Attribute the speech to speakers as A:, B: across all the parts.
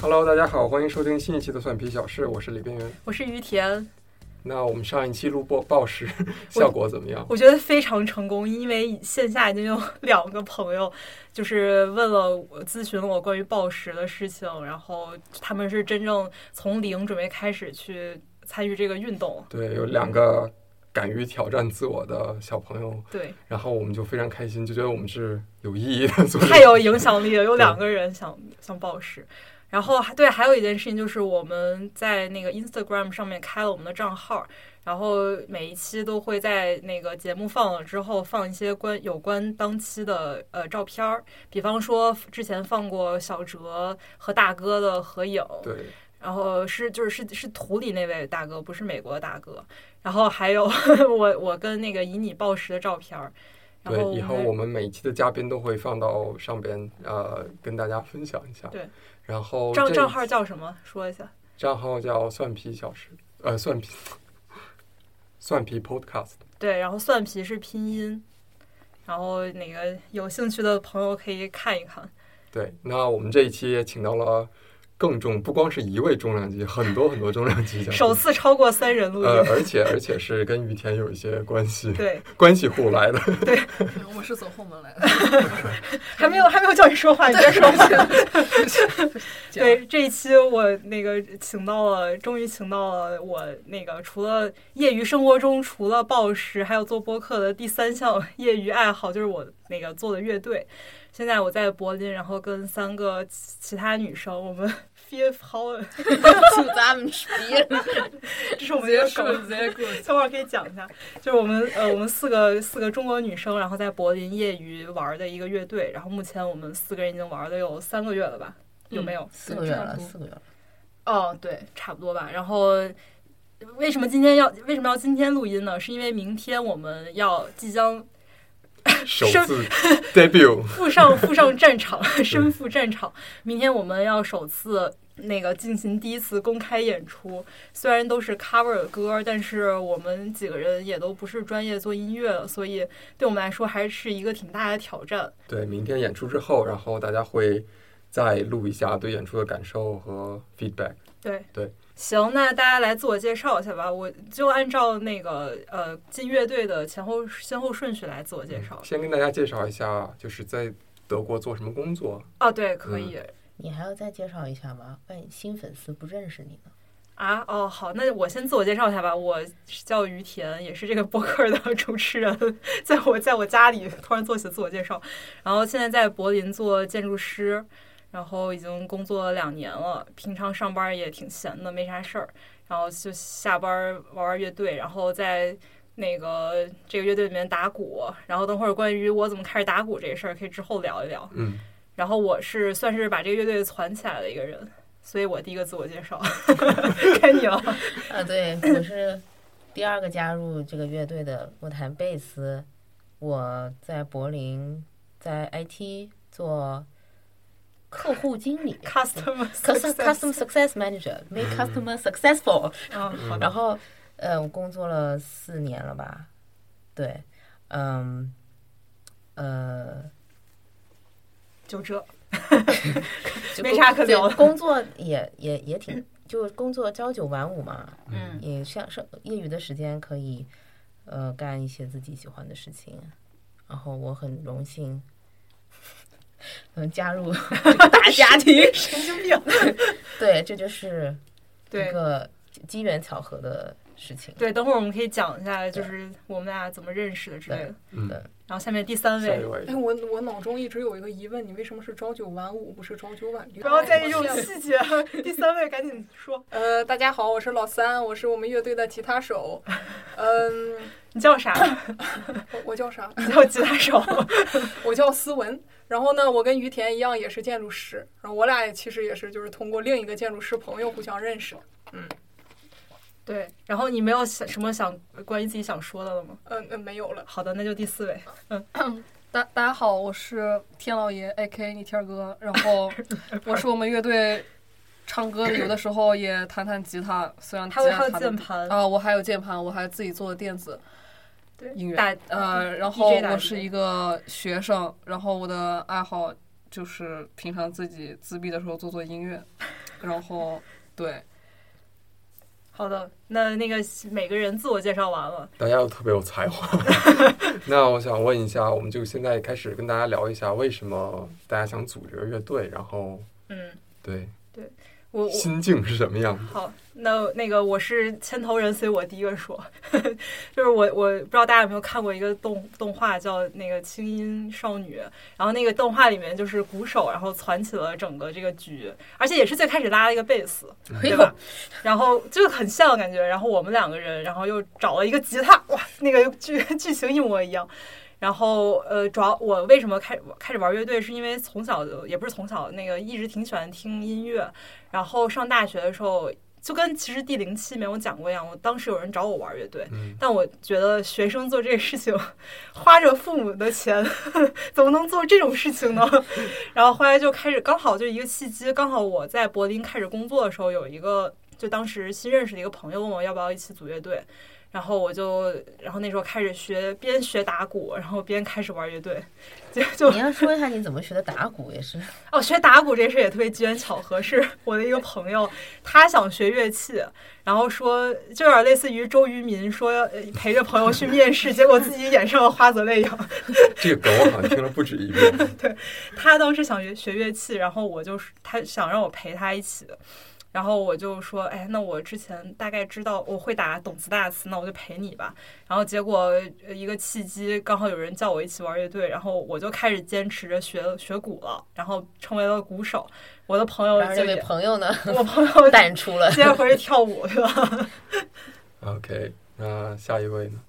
A: Hello，大家好，欢迎收听新一期的《蒜皮小事》，我是李边缘。
B: 我是于田，
A: 那我们上一期录播报时 效果怎么样？
B: 我觉得非常成功，因为线下已经有 两个朋友就是问了我咨询了我关于暴食的事情，然后他们是真正从零准备开始去参与这个运动，
A: 对，有两个敢于挑战自我的小朋友，
B: 对，
A: 然后我们就非常开心，就觉得我们是有意义的 做。
B: 太有影响力了，有两个人想想暴食。然后还对，还有一件事情就是我们在那个 Instagram 上面开了我们的账号，然后每一期都会在那个节目放了之后放一些关有关当期的呃照片儿，比方说之前放过小哲和大哥的合影，
A: 对，
B: 然后是就是是是图里那位大哥，不是美国的大哥，然后还 有我我跟那个以你报时的照片儿，然后
A: 对，以后
B: 们
A: 我们每一期的嘉宾都会放到上边，呃，跟大家分享一下。
B: 对，
A: 然后
B: 账
A: 这
B: 账号叫什么？说一下。
A: 账号叫蒜皮小事，呃，蒜皮 蒜皮 Podcast。
B: 对，然后蒜皮是拼音，然后那个有兴趣的朋友可以看一看。
A: 对，那我们这一期也请到了更重，不光是一位重量级，很多很多重量级嘉
B: 首
A: 宾。
B: 次超过三人录音，
A: 呃，而且而且是跟于田有一些关系，
B: 对，
A: 关系户来的。
C: 我是走后门来的，
B: 还没有还没有叫你说话，你别说话。 对，这一期我那个请到了，终于请到了我那个除了业余生活中除了暴食，还有做播客的第三项 业余爱好，就是我那个做的乐队。现在我在柏林，然后跟三个其其他女生，我们 Fear Power，
C: 请咱们别
B: 这是我们
C: 直接
B: 的
C: 说直接 过去。
B: 小伙可以讲一下，就是我们呃，我们四个四个中国女生，然后在柏林业余玩的一个乐队，然后目前我们四个人已经玩了有三个月了吧？有没有？
C: 嗯四个月了，四个月了。
B: 哦，对，差不多吧。然后为什么今天要为什么要今天录音呢？是因为明天我们要即将
A: 首 次 debut，
B: 赴 上赴上战场，身赴战场。明天我们要首次那个进行第一次公开演出，虽然都是 cover 的歌，但是我们几个人也都不是专业做音乐的，所以对我们来说还是一个挺大的挑战。
A: 对，明天演出之后，然后大家会再录一下对演出的感受和 feedback。
B: 对
A: 对。
B: 行，那大家来自我介绍一下吧。我就按照那个呃进乐队的前后先后顺序来自我介绍。
A: 嗯先跟大家介绍一下，就是在德国做什么工作。
B: 哦，对，可以、
C: 你还要再介绍一下吗？万一新粉丝不认识你呢？
B: 啊。哦，好，那我先自我介绍一下吧。我叫于田，也是这个播客的 主持人。在我在我家里突然做起自我介绍，然后现在在柏林做建筑师，然后已经工作了两年了，平常上班也挺闲的，没啥事儿，然后就下班玩玩乐队，然后在那个这个乐队里面打鼓，然后等会儿关于我怎么开始打鼓这事儿，可以之后聊一聊。
A: 嗯，
B: 然后我是算是把这个乐队攒起来的一个人，所以我第一个自我介绍， 该你哦了。
D: 啊，对，我是第二个加入这个乐队的，我弹贝斯，我在柏林，在 IT 做客户经 理
B: Customer
D: ，custom
B: success
D: custom success manager，make customer successful，
B: 啊，好的
D: 然后呃，我工作了四年了吧，对，嗯，呃。
B: 就这。
E: 嗯
D: 就
B: 没
D: 工
B: 啥可
D: 对
B: 聊的
D: 工作也也也挺，就工作朝九晚五嘛，
B: 嗯
D: 也像上业余的时间可以，呃，干一些自己喜欢的事情。然后我很荣幸，能加入这个大家庭。
B: 神经病。
D: 对，这就是一
B: 对
D: 个机缘巧合的事情。
B: 对，等会儿我们可以讲一下，就是我们俩怎么认识的之类的。
A: 嗯
D: 对
B: 然后下面第三
A: 下一
B: 位，
A: 位
F: 哎，，我我脑中一直有一个疑问，你为什么是朝九晚五，不是朝九晚六？
B: 不要在意这种细节。第三位，赶紧说，
F: 呃，大家好，我是老三，我是我们乐队的吉他手。嗯，
B: 你叫啥？
F: 我我叫啥？
B: 你叫吉他手。
F: 我叫思文。然后呢，我跟于田一样也是建筑师，然后我俩也其实也是就是通过另一个建筑师朋友互相认识。
B: 对，然后你没有想什么想关于自己想说的了吗？
F: 嗯嗯，没有了。
B: 好的，那就第四
E: 嗯
B: 位。
E: 大大家好，我是天老爷 A.K. 你天儿哥，然 后我是我们乐队唱歌的，有的时候也弹弹吉他，虽然
B: 还
E: 吉
B: 有
E: 他
B: 还有
E: 弹得
B: 键盘
E: 啊，我还有键盘，我还自己做电子
B: 对
E: 音乐，
B: 打
D: 啊
E: 呃，然后
B: DJ 打
E: 我
B: 碟
E: 是一个学生，然后我的爱好就是平常自己自闭的时候做做音乐，然后对，
B: 好的，那那个每个人自我介绍完了，
A: 大家都特别有才华。那我想问一下，我们就现在开始跟大家聊一下，为什么大家想组这个乐队，然后
B: 嗯，
A: 对
B: 我我
A: 心境是什么样？
B: 好，那那个我是牵头人，所以我第一个说， 就是我我不知道大家有没有看过一个动动画叫那个《轻音少女》，然后那个动画里面就是鼓手，然后攒起了整个这个局，而且也是最开始拉了一个贝斯，
A: 哎
B: 对吧？然后就很像感觉，然后我们两个人，然后又找了一个吉他，哇， 那个剧剧情一模一样。然后，呃，主要我为什么开开始玩乐队，是因为从小就也不是从小，那个一直挺喜欢听音乐，然后上大学的时候，就跟其实第零期没有讲过一样，我当时有人找我玩乐队，
A: 嗯
B: 但我觉得学生做这个事情，花着父母的钱， 怎么能做这种事情呢？ 然后后来就开始，刚好就一个契机，刚好我在柏林开始工作的时候，有一个就当时新认识的一个朋友问我要不要一起组乐队。然后我就，然后那时候开始学，边学打鼓，然后边开始玩乐队， 就就
D: 你要说一下你怎么学的打鼓，也是
B: 哦，学打鼓这事也特别机缘巧合，是我的一个朋友，他想学乐器，然后说就有点类似于周渝民说呃陪着朋友去面试，结果自己演上了花泽类一样。
A: 这个梗我好像听了不止一遍。
B: 他当时想学学乐器，然后我就是他想让我陪他一起的，然后我就说，哎，那我之前大概知道我会打懂词大词，那我就陪你吧。然后结果呃一个契机，刚好有人叫我一起玩乐队，然后我就开始坚持着学学鼓了，然后成为了鼓手。我的朋友
D: 然后
B: 就
D: 这位
B: 也
D: 朋 友呢
B: 我朋友
D: 淡出了。
B: 接着回去跳舞去了。
A: OK，那下一位呢？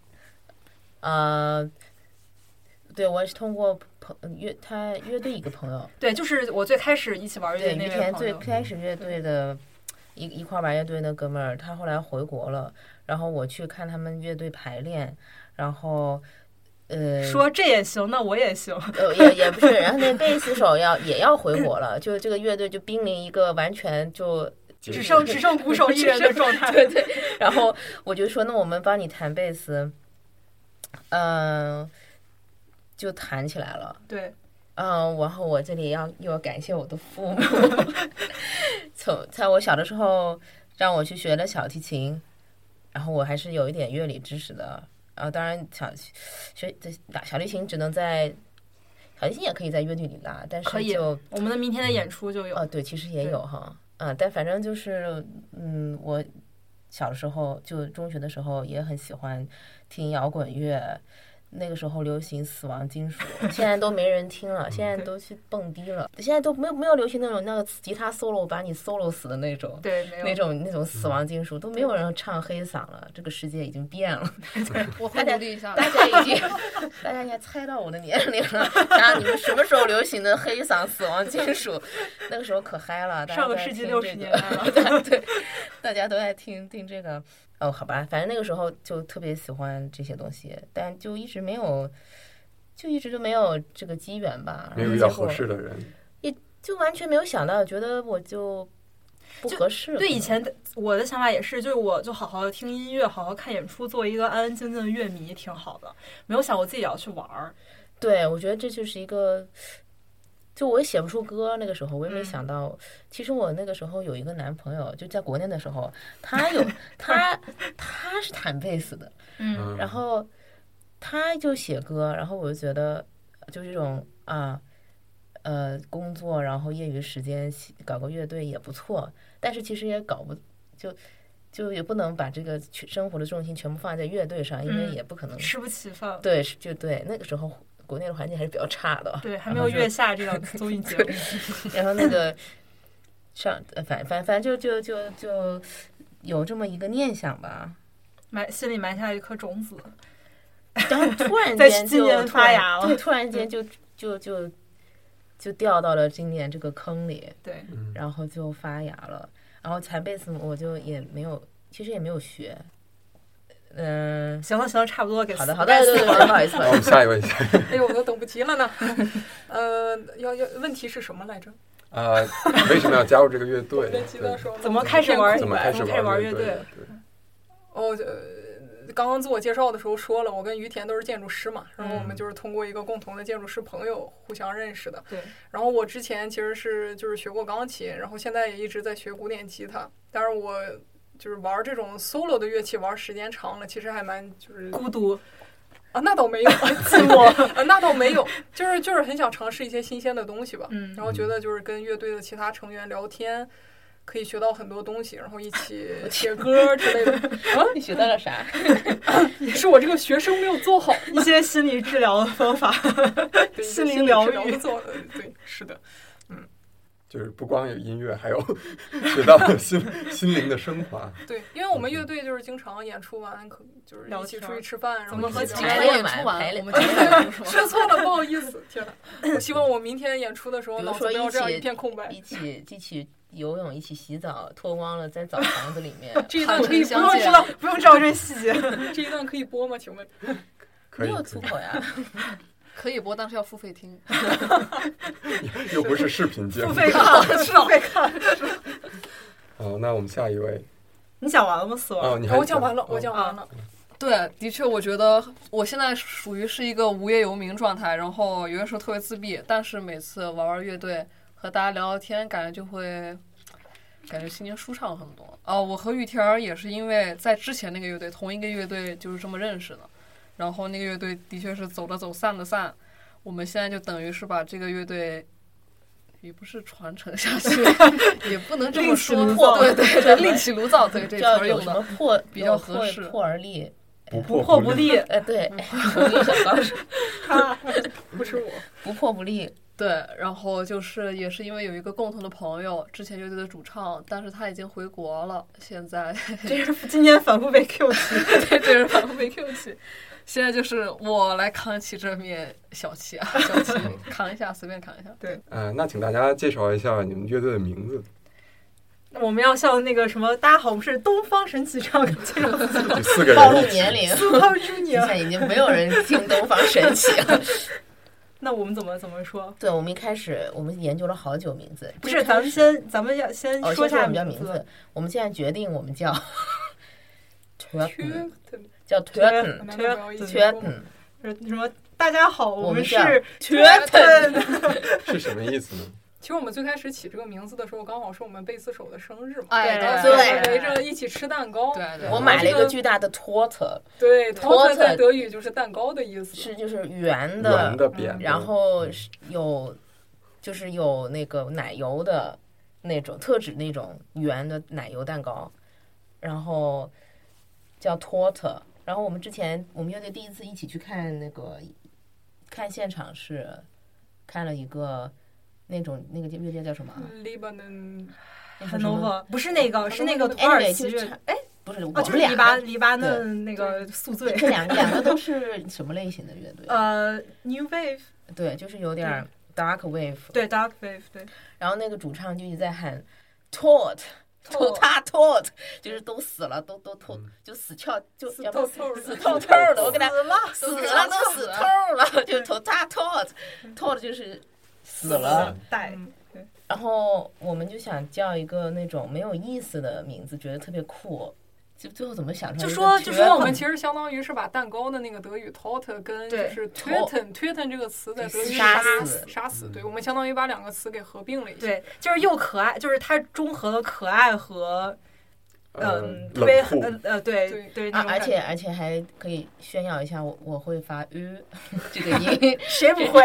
D: 呃，对我也是通过朋呃乐他乐队一个朋友，
B: 对，就是我最开始一起玩乐队
D: 对于
B: 那位
D: 田
B: 朋
D: 最
B: 友。嗯
D: 开始乐队的一一块儿玩乐队那哥们儿，他后来回国了，然后我去看他们乐队排练，然后呃，
B: 说这也行，那我也行。
D: 呃也也不是，然后那贝斯手要也要回国了，就是这个乐队就濒临一个完全就
B: 只剩只剩鼓手一人的状态。
D: 对对，然后我就说，那我们帮你弹贝斯，嗯、就弹起来了。
B: 对
D: 嗯，然后我这里要又要感谢我的父母， 从在我小的时候让我去学了小提琴，然后我还是有一点乐理知识的。然后当然小学这打小提琴只能在小提琴也可以在乐队里拉，但
B: 可
D: 是
B: 以
D: 就
B: 我们的明天的演出就有。
D: 哦，对，其实也
B: 对
D: 有哈，嗯，但反正就是，嗯，我小时候就中学的时候也很喜欢听摇滚乐，那个时候流行死亡金属，现在都没人听 了，现在
B: 对
D: 都去蹦迪了，现在都没有没有流行那种那个吉他 solo 把你 solo 死的那种。
B: 对，没有
D: 那种那种死
A: 嗯
D: 亡金属都没有人唱黑嗓了，这个世界已经 变了，
E: 我会努力一下的。
D: 大家已经大家应该猜到我的年龄了。然后你们什么时候流行的黑嗓死亡金属？那个时候可嗨了，大家
B: 上个
D: 都在
B: 世纪
D: 听
B: 六
D: 这
B: 十
D: 个
B: 年代了。
D: 对，大家都爱听听这个。哦，好吧，反正那个时候就特别喜欢这些东西，但就一直没有，就一直就没有这个机缘吧。
A: 没有遇到合适，的人，
D: 就完全没有想到，觉得我就不合适了。
B: 对以前的我的想法也是，就是我就好好听音乐，好好看演出，做一个安安静静的乐迷挺好的。没有想过自己也要去玩儿。
D: 对，我觉得这就是一个，就我也写不出歌。那个时候我也没
B: 嗯
D: 想到，其实我那个时候有一个男朋友，就在国内的时候，他有他他是弹贝斯的，
B: 嗯，
A: 嗯，
D: 然后他就写歌，然后我就觉得就这种啊，呃，工作然后业余时间写搞个乐队也不错，但是其实也搞不就就也不能把这个去生活的重心全部放在乐队上，因为
B: 嗯
D: 也不可能、
B: 吃不起饭。
D: 对，是就对那个时候国内的环境还是比较差的，
B: 对，还没有月下这 档综艺节目。
D: 然后那个上呃反反反正就就就就有这么一个念想吧，
B: 埋心里埋下一颗种子，
D: 然后突 然
B: 在
D: 间
B: 今
D: 就
B: 年
D: 突
B: 发
D: 然
B: 芽了
D: 对，突然间就就就就掉到了今年这个坑里，
B: 对，
A: 嗯
D: 然后就发芽了。然后弹贝斯我就也没有，其实也没有学，嗯、
B: 行了行了，差不多给
D: 好的
B: 撕
D: 好的，
B: 该撕
D: 对对对，不好意思，不
A: 那我
D: 好意
A: 们
D: 思，
A: 下一位，下一位
F: 哎呦，我都等不及了呢。 呃，要要，问题是什么来着？
A: 啊，为什么要加入这个乐
F: 我
A: 队？
F: 没记得
A: 对
F: 说了。
B: 怎么开始玩儿
A: 怎么
B: 开
A: 开
B: 始
A: 始
B: 玩
A: 玩
B: 乐
A: 乐
B: 队
A: 队？
F: 哦，呃刚刚自我介绍的时候说了，我跟于田都是建筑师嘛，然后我
A: 嗯
F: 们就是通过一个共同的建筑师朋友互相认识的。
B: 对，
F: 然后我之前其实是就是学过钢琴，然后现在也一直在学古典吉他，但是我就是玩这种 solo 的乐器玩时间长了，其实还蛮就是
B: 孤独，
F: 啊，那倒没有，自我、 啊，那倒没有，就是就是很想尝试一些新鲜的东西吧。
B: 嗯
F: 然后觉得就是跟乐队的其他成员聊天，可以学到很多东西，然后一起写歌之类的。
D: 你学到了啥？
F: 是我这个学生没有做好，
B: 一些心理治疗的方 法，
F: 对
B: 心
F: 一个
B: 灵疗
F: 治疗
B: 愈
F: 的做呃对，是的，
A: 就是不光有音乐，还有 学到了心心灵的升华。
F: 对，因为我们乐队就是经常演出完，可就是
B: 聊
F: 一起
B: 天
F: 出
B: 儿
F: 去吃饭，然
E: 我
F: 后
E: 们
F: 一
E: 和
F: 起
E: 前
F: 聊天
E: 面演出完，我们前面说
F: 说错了，不好意思，天哪！我希望我明天演出的时候
D: 比如
F: 脑子
D: 说
F: 不
D: 一
F: 要这样
D: 起
F: 一片空 白。
D: 一起一起游泳，一起洗澡，脱光了在澡堂子里 面。
F: 这一段
E: 坦
F: 可以
E: 诚
F: 播
B: 不用
F: 吗
E: 相见
B: 知道，不用知道这细节。
F: 这一段可以播吗？请问？
A: 可
D: 没
A: 以，
D: 有粗口 呀，
E: 可以播，但是要付费听。
A: 又不是视频节目
B: 付。费看，付费看。
A: 好，哦那我们下一位。
B: 你讲完了吗，思文？
A: 哦，你还
F: 我讲完了，我
A: 哦
F: 讲完了。
E: 嗯对，的确，我觉得我现在属于是一个无业游民状态，然后有的时候特别自闭，但是每次玩玩乐队和大家聊聊天，感觉就会感觉心情舒畅很多。啊，我和雨天儿也是因为在之前那个乐队同一个乐队就是这么认识的，然后那个乐队的确是走的走，散的散，我们现在就等于是把这个乐队。也不是传承下去， 也不能这么
B: 另起
E: 说
B: 炉灶，
E: 对对对，另起炉灶，对这词
D: 叫
E: 儿
D: 有
E: 用
D: 什
E: 的
D: 么 破
E: 比较
D: 有
E: 合
D: 破
E: 适
D: 破而立。
A: 不
B: 不
A: 破
B: 破不 啊立，
D: 呃，对，我跟你讲到
F: 不是我，
D: 不破不 立，
E: 对，然后就是也是因为有一个共同的朋友，之前乐队的主唱，但是他已经回国了，现在
B: 这是今天反复被 Q 起。
E: 对这人反复被 Q 起，现在就是我来扛起这面小旗啊，小旗扛一下，随便扛一下。
D: 啊
A: 呃，那请大家介绍一下你们乐队的名字，
B: 我们要向那个什么，大家好，我们是东方神起唱歌介绍自己
A: 就四个
D: 暴露
A: 人一起。
D: 年龄。
B: ，Super
D: 现
B: Junior。
D: 在已经没有 人听东方神起了。
B: 那我们怎么怎么说？
D: 对，我们一开始我们研究了好久名字，
B: 不是，咱们先，咱们要先
D: 哦，
B: 说一
D: 先说
B: 下
D: 我们叫名
B: 字
D: 字。我们现在决定我们 叫 t u
F: 缺
D: t
F: 的
D: 叫 t u t
F: 难道
B: 缺
F: 不要一
D: t
F: 起
D: u
F: 说
D: t
F: 吗
B: 什么？大家好，我
D: 我
B: 们
D: 们
B: 是
D: 叫
B: Tretten。
A: 是什么意思呢？
F: 其实我们最开始起这个名字的时候，刚好是我们贝斯手的生日嘛，
E: 哎，
D: 对
F: 所以
D: 对
F: 围着一起吃蛋糕。
E: 对对，
D: 我买了一个巨大的 torte，
F: 对 t o
D: Torte
F: t 在德语就是蛋糕的意思。
D: 是就是圆
A: 圆
D: 的，嗯
A: 的、扁的，
D: 然后是有就是有那个奶油的那种特指那种圆的奶油蛋糕，然后叫 torte。然后我们之前我们乐队第一次一起去看那个看现场是看了一个那种那个乐队叫什么啊？
F: 嗯 Lebanon，
D: 那叫什么
B: Hanova 不是那个，是那个土耳
D: Anyway，
B: 其
D: 就
B: 乐
D: 是
B: 队
D: 哎，不是我
B: 哦，就是
D: 们
B: 黎
D: 俩
B: 巴黎巴嫩那个宿醉，
D: 这两个两个都是什么类型的乐队？
B: 呃，New Wave
D: 对，就是有点儿 dark wave。
B: 对 Dark Wave 对，
D: 然后那个主唱就一直在喊 tot。都他 tot，就是都死了，都都
A: 嗯
D: 透，就死翘，就
F: 死
D: 要
F: 透
D: 不
F: 透了
D: 死透透的。我跟他
B: 了，
D: 死了，都死透了，就头他 tot，tot 就是死了。
B: 带
F: 嗯
D: 然后我们就想叫一个那种没有意思的名字，觉得特别酷，就最后怎么想出来
F: 就
D: 一个
F: 说就说我们
D: 绝
F: 其实相当于是把蛋糕的那个德语 t o t 跟就
B: 对
F: 是 t w i
D: tot
F: t t e n t w i t t e n 这个词在德语是
D: 杀
F: 死
D: 死嗯
F: 杀死，对我们相当于把两个词给合并了一下。
B: 对，就是又可爱，就是它中和了可爱和嗯，特别
A: 呃冷酷，
B: 呃呃对
F: 对
B: 对，那
D: 啊，
B: 种
D: 而
B: 感觉
D: 且而且还可以炫耀一下，我我会发 u 这个音，
B: 谁不 会？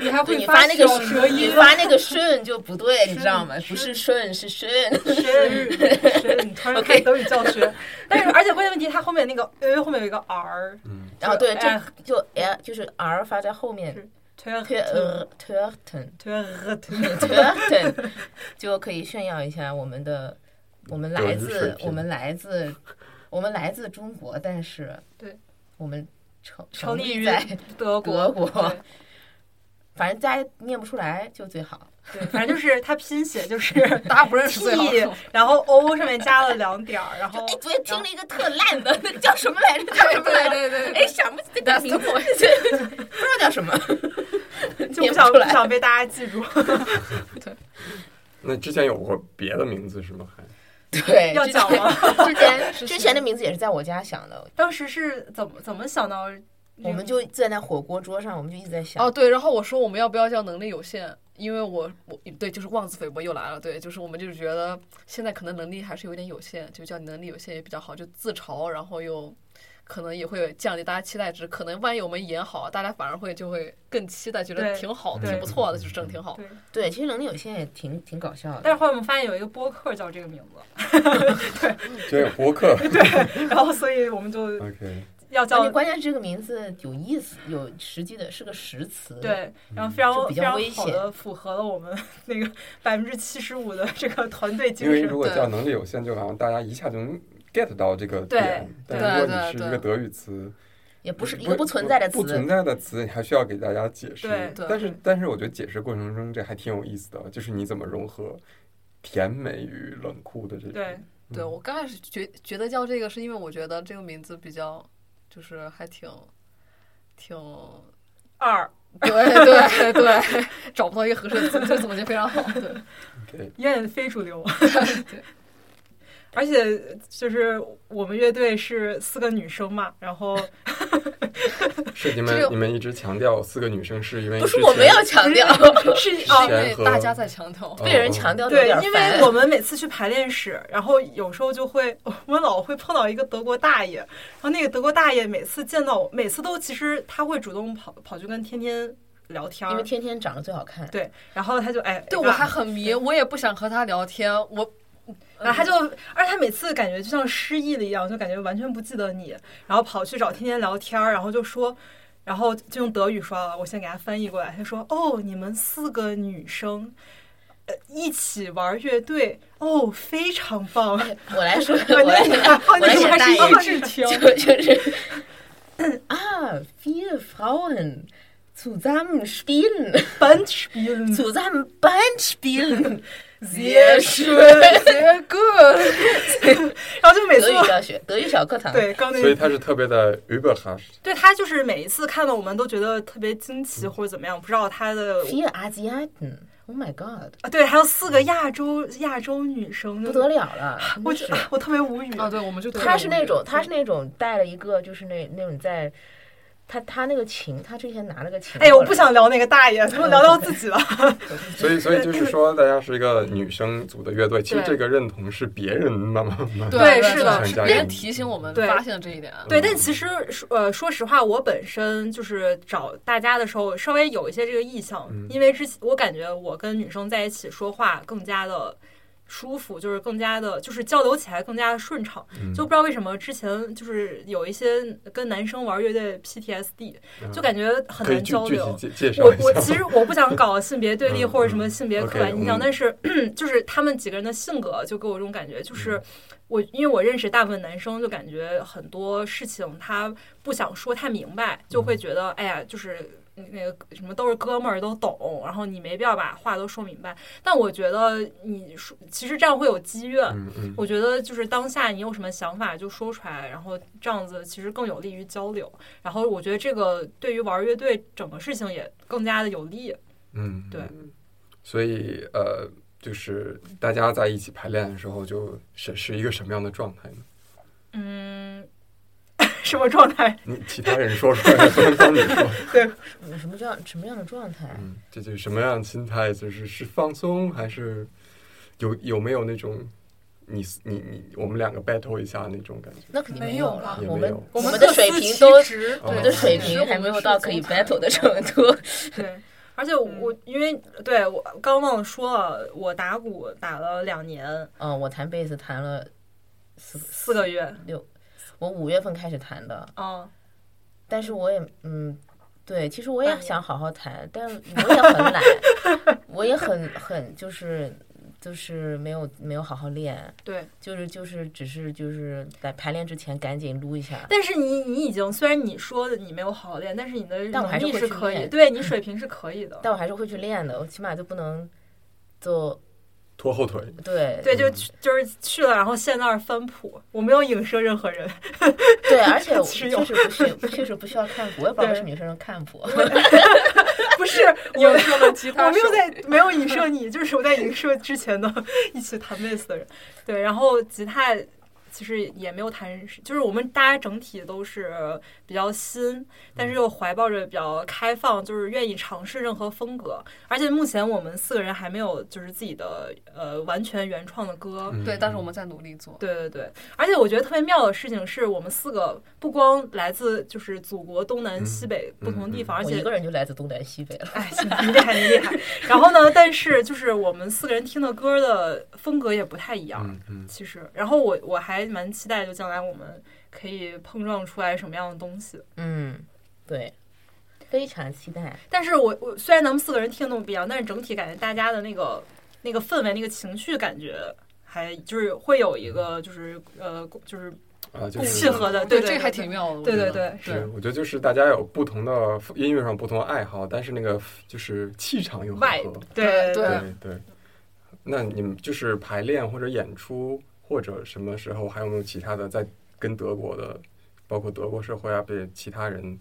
F: 你还会
D: 你发那个
F: 小舌
D: 你
F: 音，
D: 发那个顺就不对，你知道吗？不是顺是顺，
B: 谁 谁？你突然开
D: OK
B: 始德语教学，但是而且关键问题，它后面那个呃后面有一个 r，
A: 嗯，
D: 然后对，
B: 哎
D: 这就 l 就是 r 发在后面
B: 是 t u r
D: ，t u t u r t e n
B: t u r
D: t u r t e n 就可以炫耀一下我们的我们来
A: 德语水
D: 自
A: 平
D: 我们来自我们来自中国，但是
B: 对
D: 我们成
B: 成立于
D: 在
B: 德
D: 德
B: 国，
D: 国，反正大家念不出来就最好。
B: 对，反正就是它拼写就是
E: 大家不认识最好
B: t，然后 o 上面加了两点儿，然后
D: 哎，昨天听了一个特烂的，那个叫什么来着？叫什么来着？
E: 对对对，
D: 哎，想不起这个名字，不知道叫什么。
B: 就不
D: 念不
B: 想
D: 出
B: 不
D: 来
B: 想被大家记住。
A: 那之前有过别的名字是吗？还
D: 对，
B: 要
D: 之
B: 讲吗？
D: 之前之前的名字也是在我家想的，
B: 当时是怎么怎么想到这个？
D: 我
B: 嗯
D: 们就在那火锅桌上，我们就一直在想
E: 哦，，对，然后我说我们要不要叫能力有限，因为我我对，就是妄自菲薄又来了，对，就是我们就是觉得现在可能能力还是有点有限，就叫能力有限也比较好，就自嘲，然后又可能也会降低大家期待值，可能万一我们演好，大家反而会就会更期待，觉得
B: 对
E: 挺好的，
B: 对
E: 挺不错的，就是真的挺好。
B: 对，
D: 对，其实能力有限也挺挺搞笑
B: 但
D: 的，
B: 是后来我们发现有一个播客叫这个名字，
A: 就有博客。
B: 然后所以我们就
A: OK，
B: 要
D: 而
B: 叫
D: 且关键是这个名字有意思，有实际的是个实词，，
B: 对，然后非常
D: 嗯就比
B: 非
D: 较
B: 常
D: 危
B: 好
D: 险
B: 的符合了我们 那个百分之七十五的这个团队精
A: 因为
B: 神
A: 如。果
E: 对
A: 叫能力有限，就好像大家一下就能 get 到这个
B: 对
A: 点。
B: 对
A: 但如果
E: 对
A: 你是一个
E: 对
A: 德语词，
D: 也不是一个不存在的词
A: 不，存在的词，你还需要给大家解释。
B: 对
E: 对
A: 但是但是我觉得解释过程中这还挺有意思的，就是你怎么融合甜美与冷酷的这种。
B: 对，
E: 对
A: 嗯
E: 我刚开始觉觉得叫这个，是因为我觉得这个名字比较，就是还挺挺。
B: 二，
E: 对对对，找不到一个合适的词，这总结非常好。对，
A: OK，
B: 有点非主 流。而且就是我们乐队是四个女生嘛，然后
A: 是你
E: 这
A: 们
E: 个
A: 你们一直强调四个女生是因为
D: 不是
A: 之
D: 我
A: 前
D: 们要 强调，
B: 是
E: 是
B: 啊
E: 因，为大家在强调。
D: 被
A: 哦
D: 人强调的有
B: 对
D: 点，
B: 因
D: 烦
B: 为我们每次去排练室，然后有时候就会，我们老会碰到一个德国大爷，然后那个德国大爷每次见到我，每次都其实他会主动跑跑去跟天天聊天
D: 因为
B: 儿，
D: 天天长得最好看，
B: 对，然后他就哎，
E: 对
B: 吧
E: 我还很迷，我也不想和他聊天。我
B: 然后他就，而且他每次感觉就像失忆了一样，就感觉完全不记得你，然后跑去找天天聊天儿，然后就说，然后就用德语说了，我先给他翻译过来，他说：“哦，你们四个女生，呃，一起玩乐队，哦，非常棒。”
D: 我来说，
B: 我
D: 我来，我来选大爷，
B: 是一致听
D: 就就是 啊，viele Frauen zusammen spielen, 嗯
B: Bandspielen
D: zusammen Band spielen,
B: sehr
D: sehr
B: schön.
D: schön。
E: sehr good，
B: 然后就每次
D: 德语教学，德语小课 堂，
B: 对刚那
A: 所以他是特别的 uber hush。
B: 对他就是每一次看到我们都觉得特别惊
A: 嗯
B: 奇或者怎么样，不知道他的
D: ，viele Asiaten，Oh Oh my God，
B: 啊对，还有四个亚洲亚洲女生，
D: 不嗯得了了，真
B: 我
D: 的。
B: 就是啊我特别无语。
E: 啊，对，我们就
D: 他是那种，他是那种带了一个，就是那那种在，他他那个琴，他之前拿了个琴过来，
B: 哎呀，我不想聊那个大爷，咱们聊聊自 己吧。
A: 所以所以就是说，大家是一个女生组的乐队，其实这
B: 对
A: 个认同是别人慢慢慢慢
B: 对
E: 对
B: 是的
E: 是
A: 是
E: 别
A: 的
E: 人提醒我们
B: 对
E: 发现这一点。
B: 对，但其实说呃，说实话，我本身就是找大家的时候，稍微有一些这个意向，
A: 嗯
B: 因为之前我感觉我跟女生在一起说话更加的舒服，就是更加的，就是交流起来更加的顺畅。
A: 嗯
B: 就不知道为什么之前就是有一些跟男生玩乐队 PTSD，就感觉
A: 嗯
B: 很
A: 可以
B: 难
A: 具
B: 交
A: 具
B: 流
A: 体。介介绍
B: 我
A: 一
B: 我
A: 下
B: 其实我不想搞性别对立
A: 嗯
B: 或者什么性别刻板印象，
A: 嗯，OK，
B: 但是 就是他们几个人的性格就给我这种感觉，
A: 嗯
B: 就是我因为我认识大部分男生，就感觉很多事情他不想说太明白，
A: 嗯
B: 就会觉得哎呀，就是。那个什么都是哥们儿都懂，然后你没必要把话都说明白。但我觉得你说，其实这样会有积怨，
A: 嗯嗯，
B: 我觉得就是当下你有什么想法就说出来，然后这样子其实更有利于交流。然后我觉得这个对于玩乐队整个事情也更加的有利。
A: 嗯，
B: 对。
A: 所以呃，就是大家在一起排练的时候，就是是一个什么样的状态呢？
B: 嗯， 什么状态？
A: 你其他人说出来，不能帮你说。
D: 嗯什么叫什么样的状态？
A: 嗯，这就是什么样的心态？就是是放松，还是有有没有那种你你你我们两个 battle 一下那种感觉？
D: 那肯定
F: 没有
D: 有
F: 吧
D: 了
A: 也，
D: 我
A: 没
D: 们
A: 有
D: 我
F: 们
D: 们的
F: 各
D: 水
F: 司
D: 平
F: 其
D: 都，
F: 职
D: 我
A: 哦
D: 们
F: 对
D: 的水
F: 其实
D: 平
F: 我
D: 还
F: 们
D: 没有
F: 是
D: 到可
F: 总
D: 以
F: 裁
D: battle 的程度。
B: 对，嗯而且我因为对我刚忘了说了，我打鼓打了两年
D: 嗯，我弹贝斯弹了四
B: 四个月。
D: 六，我五月份开始弹的，
B: 嗯，
D: 但是我也嗯，对，其实我也
B: 半年
D: 想好好弹，但是我也很 懒，我也很很就是就是没有没有好好练，
B: 对。
D: 就是就是只是就是在排练之前赶紧撸一下，
B: 但是你你已经虽然你说的你没有好好练，但是你的
D: 但我还
B: 能
D: 是
B: 力
D: 会
B: 是
D: 去
B: 可以，
D: 练
B: 对你水平是可以的。
D: 但我还是会去练的，我起码就不能就
A: 拖后腿，
D: 对
B: 对，就去就是去了，然后现在那儿翻谱，我没有影射任何人。
D: 对，而且我
B: 其实
D: 确
B: 有
D: 实不需确实不需要看谱，我也不知道为什么有些人看谱，
B: 不是我
E: 影射了吉 他
B: 我没
E: 手
B: 有在没有影射你， 就是我在影射之前的一起弹贝斯的人。对，然后吉他其实也没有弹，就是我们大家整体都是比较新，但是又怀抱着比较开放，就是愿意尝试任何风格。而且目前我们四个人还没有就是自己的呃完全原创的歌，
A: 嗯
E: 对，但是我们在努力做。
B: 对对对，而且我觉得特别妙的事情是我们四个不光来自就是祖国东南西北不同地方，而
D: 我
B: 且
D: 一个人就来自东南西北了。
B: 哎，行 你厉害你厉害。然后呢，但是就是我们四个人听的歌的风格也不太一样，
A: 嗯嗯
B: 其实。然后我我还蛮期待，就将来我们可以碰撞出来什么样的东西。
D: 嗯，对，非常期待。
B: 但是我我虽然咱们四个人听的不一样，但是整体感觉大家的那个那个氛围、那个情绪感觉，还就是会有一个就是呃就是
A: 啊，就
B: 不
A: 是
B: 契合的，对
E: 嗯这个还挺
B: 对
E: 妙的。我
B: 对
E: 觉
B: 对
E: 得
B: 对
A: 是，我觉得就是大家有不同的音乐上不同的爱好，但是那个就是气场又很
B: 外
A: 合。
B: 对
E: 对
A: 对对。那你们就是排练或者演出或者什么时候还有没有其他的在跟德国的，包括德国社会啊被其他人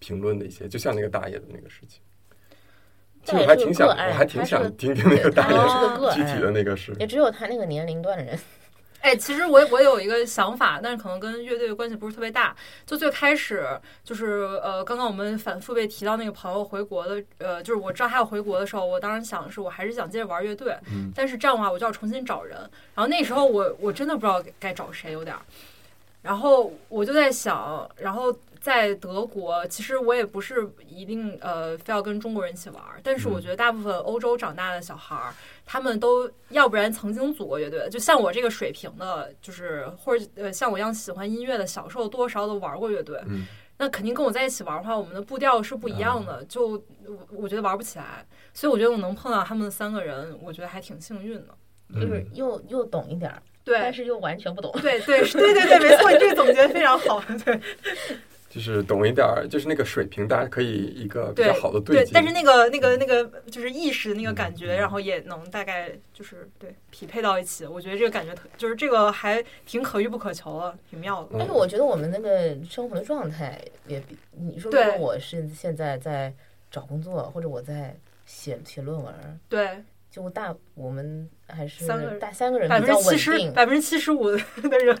A: 评论的一些，就像那个大爷的那个事情。其实我还挺想，我还挺想听听那个大
D: 他也
A: 爷
D: 是个哦
B: 哦
D: 个
A: 具体的
D: 案，
A: 那个是。
D: 嗯也只有他那个年龄段的人。
B: 哎，其实我我有一个想法，但是可能跟乐队关系不是特别大。就最开始就是呃，刚刚我们反复被提到那个朋友回国的，呃，就是我知道他要回国的时候，我当时想的是我还是想接着玩乐队，
A: 嗯
B: 但是这样的话我就要重新找人。然后那时候我我真的不知道该找谁，有点儿。然后我就在想，然后在德国，其实我也不是一定呃非要跟中国人一起玩儿，但是我
A: 嗯
B: 觉得大部分欧洲长大的小孩儿，他们都要不然曾经组过乐队，就像我这个水平的，就是或者呃像我一样喜欢音乐的，小时候多少都玩过乐队。
A: 嗯
B: 那肯定跟我在一起玩的话，我们的步调是不一样的，就我我觉得玩不起来。所以我觉得我能碰到他们三个人，我觉得还挺幸运的。
D: 就是
A: 嗯
D: 又又懂一点儿，但
B: 对。
D: 是又完全不懂。
B: 对对是对对对，没错，你这个总结得非常好。 对
A: 就是懂一点儿，就是那个水平，大家可以一个比较好的
B: 对
A: 接。，
B: 但是那个那个那个就是意识那个感觉，
A: 嗯
B: 然后也能大概就是对匹配到一起。我觉得这个感觉特就是这个还挺可遇不可求的，挺妙的。
A: 嗯
D: 但是我觉得我们那个生活的状态也比你说，如
B: 对
D: 果我是现在在找工作，或者我在写写论文，
B: 对，
D: 就大我们还是
B: 三个人
D: 大三个人
B: 百
D: 比
B: 分
D: 较
B: 之
D: 稳
B: 七十
D: 定，
B: 百分之七十五的人根本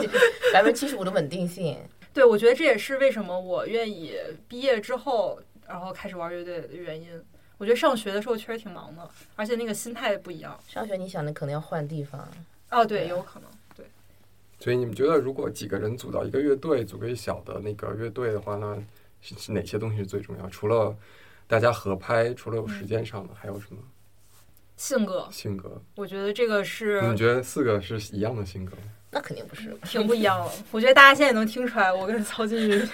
B: 就
D: 百分之七十五的稳定性。
B: 对，我觉得这也是为什么我愿意毕业之后，然后开始玩乐队的原因。我觉得上学的时候确实挺忙的，而且那个心态不一样。
D: 上学你想的可能要换地方，
B: 哦，对，
D: 对
B: 有可能。对，
A: 所以你们觉得，如果几个人组到一个乐队，组个小的那个乐队的话呢，是是哪些东西是最重要？除了大家合拍，除了有时间上的，还有什么
B: 性格，
A: 性格？
B: 我觉得这个是
A: 你们觉得四个是一样的性格 吗？
D: 那肯定不是。
B: 挺不一样的。我觉得大家现在也能听出来，我跟曹金云，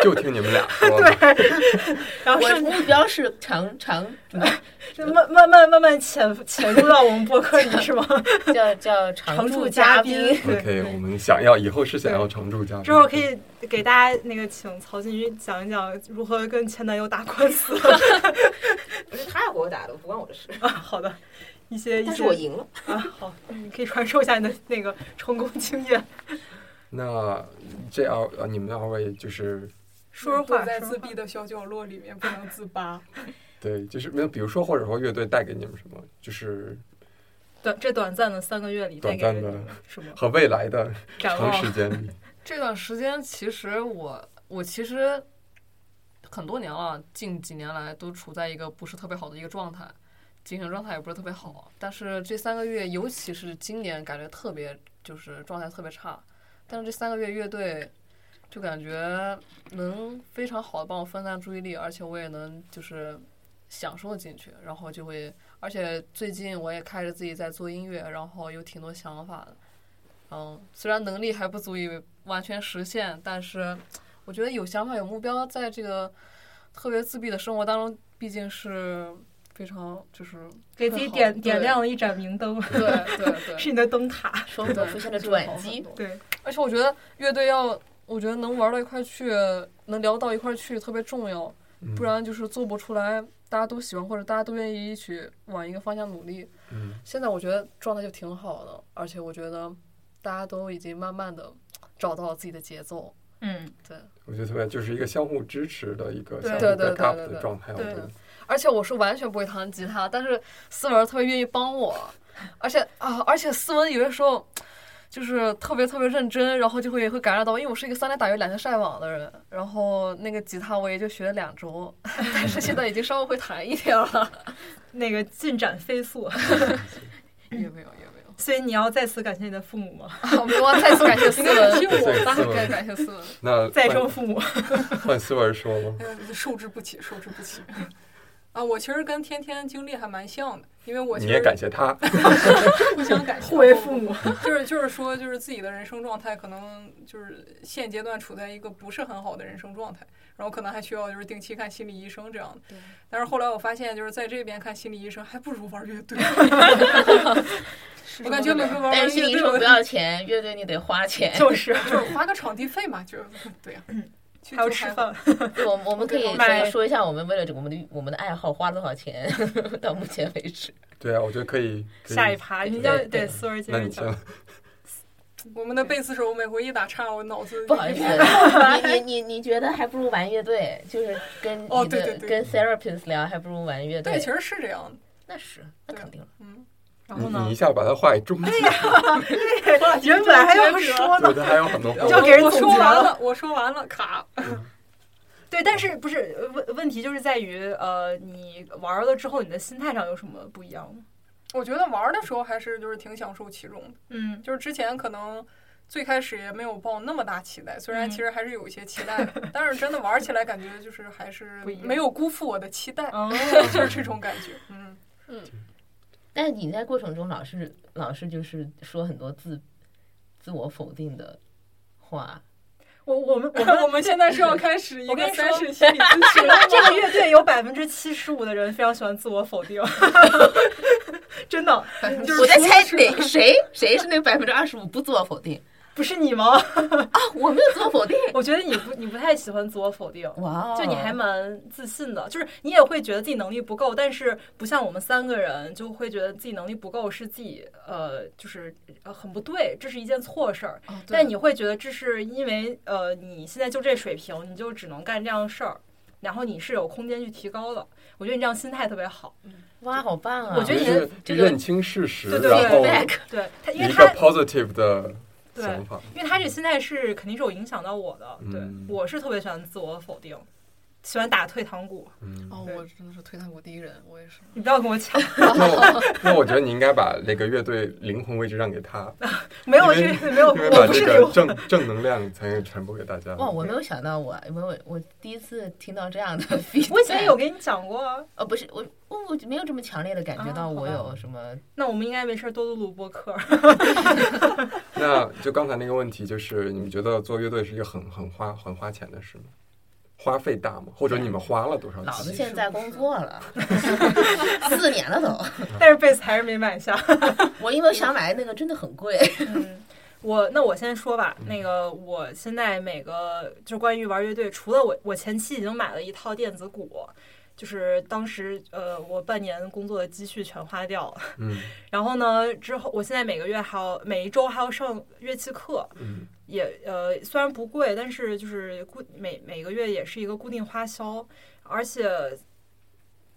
A: 就听你们俩说了。
B: 然后
D: 我的
B: 是
D: 目标是长长
B: 慢慢慢慢慢潜潜入到我们播客里是吗？
D: 叫叫常
B: 常驻
D: 驻
B: 嘉
D: 嘉
B: 宾
D: 宾，
B: 对
A: OK，我们想要以后是想要常驻嘉宾，
B: 之后可以给大家那个请曹金云讲一讲如何跟前男友打官司。
C: 不是他要给我打的，不关我的事。
B: 啊，好的，一些一
C: 但是
B: 些
C: 我 赢了。
B: 啊，好，你可以传授一下你的那个成功经验。
A: 那这二呃，你们二位就是
B: 说说话，
F: 躲在
B: 嗯说说
F: 自
B: 话
F: 闭的小角落里面不能自拔。
A: 对，就是没有，比如说或者说乐队带给你们什么，就是
B: 短这短暂的三个月里带给
A: 短
B: 人
A: 暂的
B: 什么
A: 和未来的
B: 展
A: 长
B: 望？
A: 时间 里，
E: 这段时间其实我我其实很多年了，近几年来都处在一个不是特别好的一个状态，精神状态也不是特别好。但是这三个月，尤其是今年，感觉特别就是状态特别差。但是这三个月乐队就感觉能非常好的帮我分散注意力，而且我也能就是享受进去，然后就会，而且最近我也开始自己在做音乐，然后有挺多想法的。嗯，虽然能力还不足以完全实现，但是我觉得有想法、有目标，在这个特别自闭的生活当中，毕竟是非常就是
B: 给自己点点
E: 对
B: 亮了一盏明灯，
E: 对对对，
B: 是你的灯塔。
D: 生活出现了转机。。
B: 对，
E: 而且我觉得乐队要，我觉得能玩到一块儿去，能聊到一块儿去特别重要，
A: 嗯
E: 不然就是做不出来。大家都喜欢或者大家都愿意一起往一个方向努力。
A: 嗯
E: 现在我觉得状态就挺好的，而且我觉得大家都已经慢慢的找到了自己的节奏。
B: 嗯，
E: 对，
A: 我觉得特别就是一个相互支持的一个
B: 对
A: 相互
E: 对对
A: back up
E: 对对
A: 的
E: 对
A: 状态，我觉
B: 对
A: 得
E: 而且我是完全不会弹吉他，但是思文特别愿意帮我，而且啊，而且思文有些时候就是特别特别认真，然后就会会感染到我，因为我是一个三天打鱼两天晒网的人，然后那个吉他我也就学了两周， 但是现在已经稍微会弹一点了，
B: 那个进展飞速。
E: 也没有也没有，
B: 所以你要再次感谢你的父母吗？
E: 啊我们要再次感谢思文，
A: 对
E: 当
A: 思
E: 然
A: 文
E: 该感谢思文。
A: 那
B: 再
A: 换
B: 生父母，
A: 换思文说吗？
F: 嗯，受之不起，受之不起。 啊，我其实跟天天经历还蛮像的，因为我
A: 你
F: 其
A: 也
F: 实
A: 感谢他，
F: 互相感谢
B: 互为父母。
F: 就是就是说，就是自己的人生状态可能就是现阶段处在一个不是很好的人生状态，然后可能还需要就是定期看心理医生这样的
E: 对。
F: 但是后来我发现，就是在这边看心理医生还不如玩乐队，我感觉每天玩玩
D: 但
F: 乐
D: 是你
F: 队
D: 说不
F: 我，
D: 要钱，乐队你得 花钱。
B: 就是嗯
F: 就是花个场地费嘛，就对呀、去
B: 还要
F: 就
B: 吃
F: 还好
B: 饭，
D: 我我们可以
B: 买
D: 说说一下我们为了这个我们的我们的爱好花了多少钱，到目前为止。
A: 对啊，我觉得可以。可以
B: 下一趴你要
D: 对
B: 对
D: 对
B: 思文接
A: 那
B: 着
A: 你先
B: 讲。
F: 我们的贝斯手每回一打岔，我脑子
D: 不好意 思，你你你你觉得还不如玩乐队，就是跟你的、
F: 哦对对对
D: 跟 therapist 聊，还不如玩乐队。
F: 对，其实是这样的。
D: 那是那肯定了。
F: 嗯，
B: 然
A: 你
B: 后呢
A: 你一？下把他话给中断，
B: 哎啊原本还要说呢
A: 对，他还有很多话
B: 就。给人
F: 我
B: 总
F: 说
B: 结
F: 完
B: 了
F: 了，我说完了，卡。
B: 对，但是不是呃问问题就是在于呃，你玩了之后，你的心态上有什么不一样吗？
F: 我觉得玩儿的时候还是就是挺享受其中的，
B: 嗯，
F: 就是之前可能最开始也没有抱那么大期待，虽然
B: 嗯
F: 其实还是有一些期待的，但是真的玩儿起来感觉就是还是
B: 不一样
F: 没有辜负我的期待，
B: 哦，
F: 就是这种感觉。嗯，
D: 但是你在过程中老是老是就是说很多自自我否定的话，
B: 我我们我们
F: 我们现在是要开始一
B: 我跟
F: 个
B: 你
F: 三
B: 说。
F: 十心理咨询了吗
B: 这个乐队有百分之七十五的人非常喜欢自我否定， 真的
F: 就是
D: 我在
F: 除了
D: 猜哪谁谁是那百分之二十五不自我否定
B: 不是你吗？
D: 啊？我没有自我否定。
B: 我觉得你不你不太喜欢自我否定。
D: 哇哦，
B: 就你还蛮自信的，就是你也会觉得自己能力不够，但是不像我们三个人就会觉得自己能力不够是自己呃就是呃很不对，这是一件错事儿。
E: 哦对
B: 但你会觉得这是因为呃你现在就这水平，你就只能干这样的事儿，然后你是有空间去提高的。我觉得你这样心态特别好。
D: 哇，好棒啊！
B: 我觉得
A: 就
B: 你
A: 是
D: 这个
A: 认清事实，
B: 对对
A: 然后
D: feedback
B: 对他，因为
A: 一
B: 他
A: 个 positive 的
B: 对
A: 想法。
B: 因为他这心态是肯定是有影响到我的。对
A: 嗯，
B: 我是特别喜欢自我否定，喜欢打退堂鼓。
A: 嗯，
E: 哦，
F: 对
E: 我真的是推弹鼓第一人，我也是。
B: 你不要跟我抢，
A: 那我那我觉得你应该把那个乐队灵魂位置让给他，
B: 没有
A: 因
B: 这
A: 为
B: 没有，
A: 因为把
B: 我不
A: 这
B: 是
A: 个
B: 流。
A: 正正能量才能传播给大家。
D: 哇，我没有想到我，我我我第一次听到 这样的 feedback。
B: 我以前有给你讲过啊，
D: 呃，不是我我我没有这么强烈的感觉
B: 啊
D: 到我
B: 好吧
D: 有什么
B: 那我们应该没事儿多录录播客。
A: 那就刚才那个问题，就是你们觉得做乐队是一个很很花很花钱的事吗？花费大吗？或者你们花了多少
D: 老子
A: 钱？
D: 现在工作了，四年了都。
B: 但是贝斯还是没买下。
D: 我因为想买那个真的很贵，
B: 嗯， 我那我先说吧，
A: 嗯
B: 那个我现在每个就关于玩乐队，除了我我前期已经买了一套电子鼓，就是当时呃我半年工作的积蓄全花掉了，
A: 嗯
B: 然后呢之后我现在每个月还要每一周还要上乐器课，
A: 嗯，
B: 也呃虽然不贵，但是就是固每每个月也是一个固定花销，而且。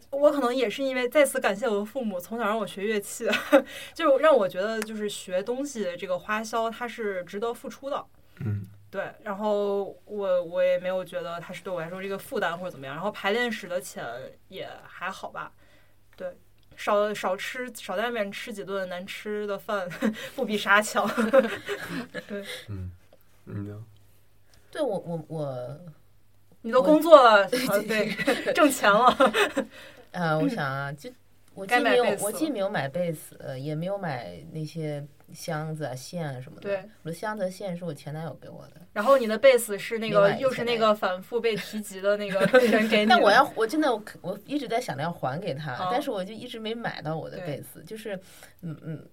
B: 我可能也是因为再次感谢我的父母，从小让我学乐器， 就让我觉得就是学东西的这个花销它是值得付出的。
A: 嗯，
B: 对，然后我我也没有觉得它是对我来说是一个负担或者怎么样，然后排练室的钱也还好吧，对，少少吃少在外面吃几顿难吃的饭，不比啥强。
A: 嗯你呢？
D: 对我我我
B: 你都工作了，啊对， 挣钱了，
D: 呃，我想啊，就我既
B: 嗯该买
D: 没有
B: 贝斯
D: 我
B: 了
D: 既没有买贝斯，呃也没有买那些箱子啊线啊什么的。
B: 对，
D: 我的箱子线是我前男友给我的，
B: 然后你的贝斯是那
D: 另
B: 个
D: 外一
B: 又是
D: 层
B: 那
D: 哎
B: 个反复被提及的那 个人给你的，
D: 但我要我真的我我一直在想着要还给他，
B: 哦
D: 但是我就一直没买到我的
B: 对
D: 贝斯，就是嗯嗯。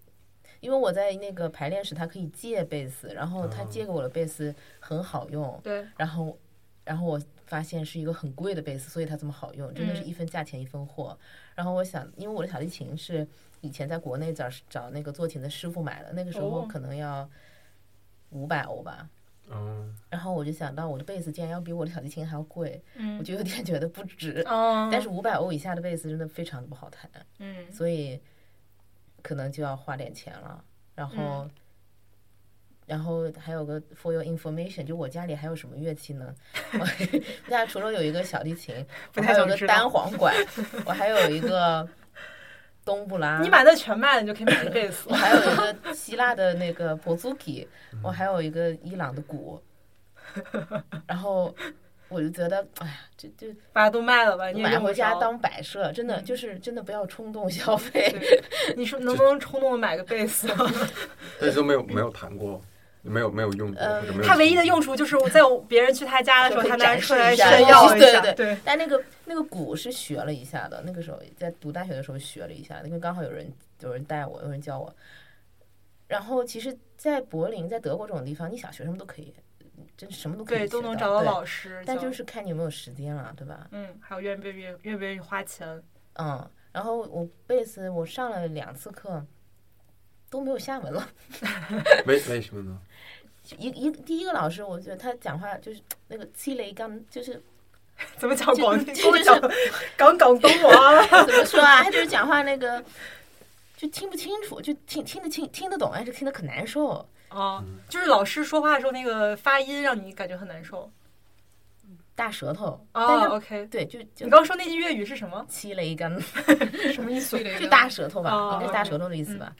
D: 因为我在那个排练室，他可以借贝斯，然后他
A: 哦
D: 借给我的贝斯很好用，
B: 对
D: 然后，然后我发现是一个很贵的贝斯，所以它这么好用，真的是
B: 嗯
D: 一分价钱一分货。然后我想，因为我的小提琴是以前在国内找找那个做琴的师傅买的，那个时候
B: 哦
D: 可能要五百欧吧，
A: 嗯，
D: 然后我就想到我的贝斯竟然要比我的小提琴还要贵，
B: 嗯
D: 我就有点觉得不值。
B: 嗯，
D: 但是五百欧以下的贝斯真的非常的不好弹，
B: 嗯
D: 所以可能就要花点钱了。然后，
B: 嗯
D: 然后还有个 for your information，就我家里还有什么乐器呢？我家除了有一个小提琴，
B: 不
D: 我
B: 太
D: 还有
B: 想
D: 个
B: 知道
D: 单簧管， 我还有一个冬不拉，
B: 你把那全卖了，你就可以买一辈 子
D: 我。还有一个希腊的那个 b o z u k i 我还有一个伊朗 的鼓，然后我就觉得，哎呀，这这
B: 把它都卖了吧，你也
D: 买
B: 用不
D: 回家
B: 着
D: 当摆设，真的
B: 嗯
D: 就是真的不要冲动 消费。
B: 你说能不能冲动的买个贝斯？啊
A: 但是都没有没有弹过，没有没有用过，
D: 呃
A: 或者没有
B: 他唯一的
A: 听过
B: 用处就是在别人去他家的时候，
D: 就
B: 他
D: 可以
B: 拿
D: 展
B: 出
D: 示
B: 来
D: 一下
B: 炫耀一
D: 对
B: 下。
D: 对
B: 对，
D: 但那个那个鼓是学了一下的，那个时候在读大学的时候学了一下，因为刚好有人有人带我，有人教我。然后其实，在柏林，在德国这种地方，你想学什么都可以，真什么都可以
B: 对，都
D: 学
B: 能找到
D: 对
B: 老师。
D: 但就是看你有没有时间了，对吧？
B: 嗯，还有愿不愿意愿不愿意花钱？
D: 嗯，然后我贝斯我上了两次课，都没有下文了。
A: 为为什么呢？
D: 一一第一个老师，我觉得他讲话就是那个七雷刚，就是
B: 怎么讲
D: 就
B: 广
D: 就
B: 东？
D: 是
B: 讲 港港东话。
D: 怎么说啊？他就是讲话那个就听不清楚，就听听得清听得懂，但哎是听得可难受。
B: 哦，就是老师说话的时候那个发音让你感觉很难受。
D: 大舌头，但
B: 哦
D: 是
B: ，OK。
D: 对，就就
B: 你刚刚说那句粤语是什么？
D: 七雷刚，
E: 什么意思？
D: 就大舌头吧，
B: 哦
D: 应该是大舌头的意思
B: 嗯
D: 吧。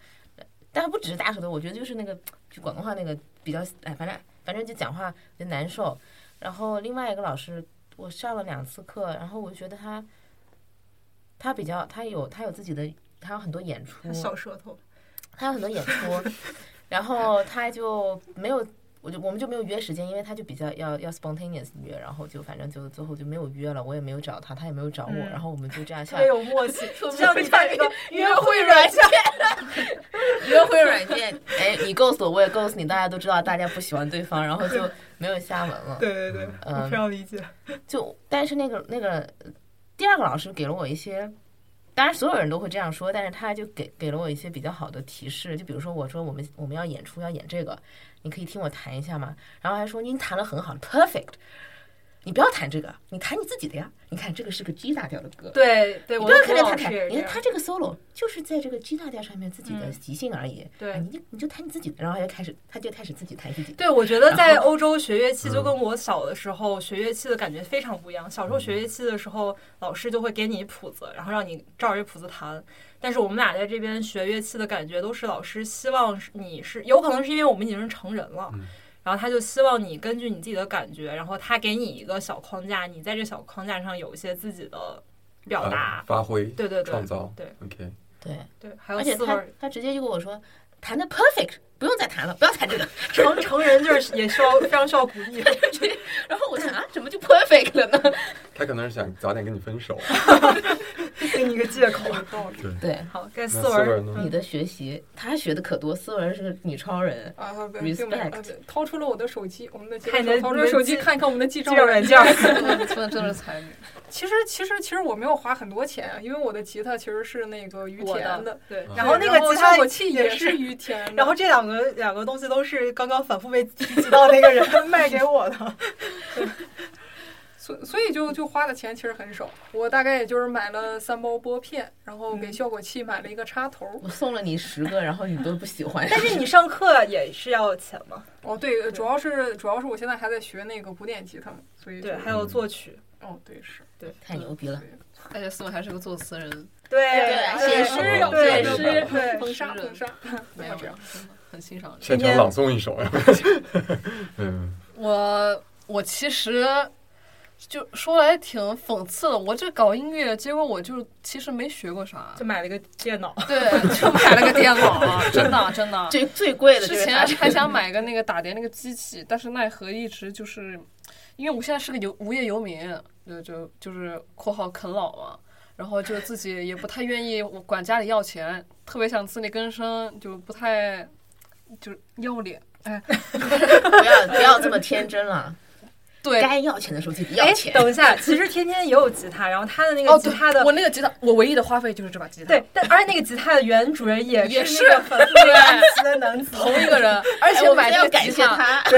D: 但不只是大舌头，我觉得就是那个就广东话那个比较，哎，反正反正就讲话就难受。然后另外一个老师，我上了两次课，然后我就觉得他他比较他有他有自己的，他有很多演出，
B: 小舌头。
D: 他有很多演 出，然后他就没有，我就我们就没有约时间，因为他就比较要要 spontaneous 约，然后就反正就最后就没有约了，我也没有找他，他也没有找我，
B: 嗯
D: 然后我们就这样
B: 特
D: 下
B: 别有默契， 就像你在那 个约
D: 会软件，约会软件，哎，你 ghost 我，我也 ghost 你，大家都知道大家不喜欢对方，然后就没有下文了。 嗯
B: 对对对，我非常理解。
D: 就但是那个那个呃第二个老师给了我一些，当然所有人都会这样说，但是他就给给了我一些比较好的提示，就比如说我说我们我们要演出要演这个，你可以听我弹一下吗？然后还说您弹的很好，perfect。你不要弹这个，你弹你自己的呀。你看这个是个 G 大调的歌，
B: 对对，
D: 你
B: 我
D: 不要
B: 的
D: 看
B: 古
D: 着
B: 老
D: 他
B: 师
D: 弹
B: 也，是
D: 你
B: 这样
D: 看他这个 solo 就是在这个 G 大调上面自己的
B: 嗯
D: 即兴而已。
B: 对
D: 啊你就你就弹你自己的，然后他就开始，他就开始自己弹自己的。
B: 对，我觉得
D: 然
B: 在
D: 后
B: 欧洲学乐
A: 嗯
B: 器就跟我小的时候学乐器的感觉非常不一样。小时候
A: 嗯
B: 学乐器的时候，老师就会给你谱子，然后让你照着这谱子弹。但是我们俩在这边学乐器的感觉，都是老师希望是你是，有可能是因为我们已经是成人了，
A: 嗯
B: 然后他就希望你根据你自己的感觉，然后他给你一个小框架，你在这小框架上有一些自己的表达
A: 呃。发挥
B: 对对对，
A: 创造
B: 对
A: OK，
D: 对，
B: 对，还有
D: 而且
B: 四
D: 他
B: 味
D: 他直接就跟我说，弹的 perfect，不用再弹了，不要弹这个。
B: 成成人就是也需要非常需要鼓励。
D: 然后我想啊，怎么就 perfect 了呢？
A: 他可能是想早点跟你分 手。
B: 给你一个借口。
D: 对，
B: 好，该
A: 那
B: 思
A: 思
B: 文
A: 文
B: 儿嗯
A: 呢
D: 你的学习，他学的可多，思文是个女超人。
F: 啊，不并没有，啊
D: Respect
F: 对掏出了我的手机，我们的记
B: 看
F: 账
B: 你的
F: 手掏出
B: 你
F: 了
B: 的
F: 手机
B: 记
F: 看一看我们的记
B: 这
F: 账
B: 种
F: 软
B: 软
F: 件。
B: 件儿。
E: 真的真 的是才女，
F: 其实其实其实我没有花很多钱啊，因为我的吉他其实是那个于
B: 我
F: 田的，
B: 对
A: 嗯，
B: 然后那个吉
F: 效
B: 他
F: 果器
B: 也
F: 也是于田的，
B: 然后这两个两个东西都是刚刚反复被提及到那个人卖给我的，
F: 所所以就就花的钱其实很少，我大概也就是买了三包拨片，然后给
B: 嗯
F: 效果器买了一个插头。
D: 我送了你十个，然后你都不喜 欢。
B: 但是你上课也是要钱嘛？
F: 哦，对，主要是主要是我现在还在学那个古典吉他嘛，所以就
B: 对，还有作曲，
F: 哦对是，
B: 对，
D: 太牛逼了，
E: 而且思文还是个作词 人，
B: 对
F: 写
D: 写
F: 诗
D: 诗要
F: 要
B: 对
F: 写
A: 写诗
F: 诗，
B: 对
F: 捧杀捧杀，
E: 没有
F: 这
E: 这
F: 样
E: 样，。真的很欣赏。
A: 现场朗诵一 首呀。嗯，
E: 我我其实就说来挺讽刺的，我这搞音乐，结果我就其实没学过啥，
B: 就买了个电脑，
E: 对，就买了个电脑啊， 真的真的。
D: 最最贵的就
E: 之
D: 是
E: 前
D: 他
E: 还想买个那个打碟那个机器，但是奈何一直就是，因为我现在是个游无业游民，就就就是（括号啃老）嘛，然后就自己也不太愿意管家里要钱，特别想自力更生，就不太就是要脸。哎，
D: 啊不要不要这么天真了。
E: 对，
D: 该要钱的时候就得要钱。
B: 哎等一下，其实天天也有吉他，然后他的那
E: 哦，
B: 个吉
E: 对
B: 他的、
E: 我那个吉他，我唯一的花费就是这把吉他，
B: 对，但而且那个吉他的原主人也
E: 也
B: 是那个粉丝男子的男子，
E: 同一个人， 哎而且
D: 哎我
E: 买
D: 们
E: 这
D: 要
E: 个
D: 感
E: 吉
D: 谢
E: 他，
D: 他，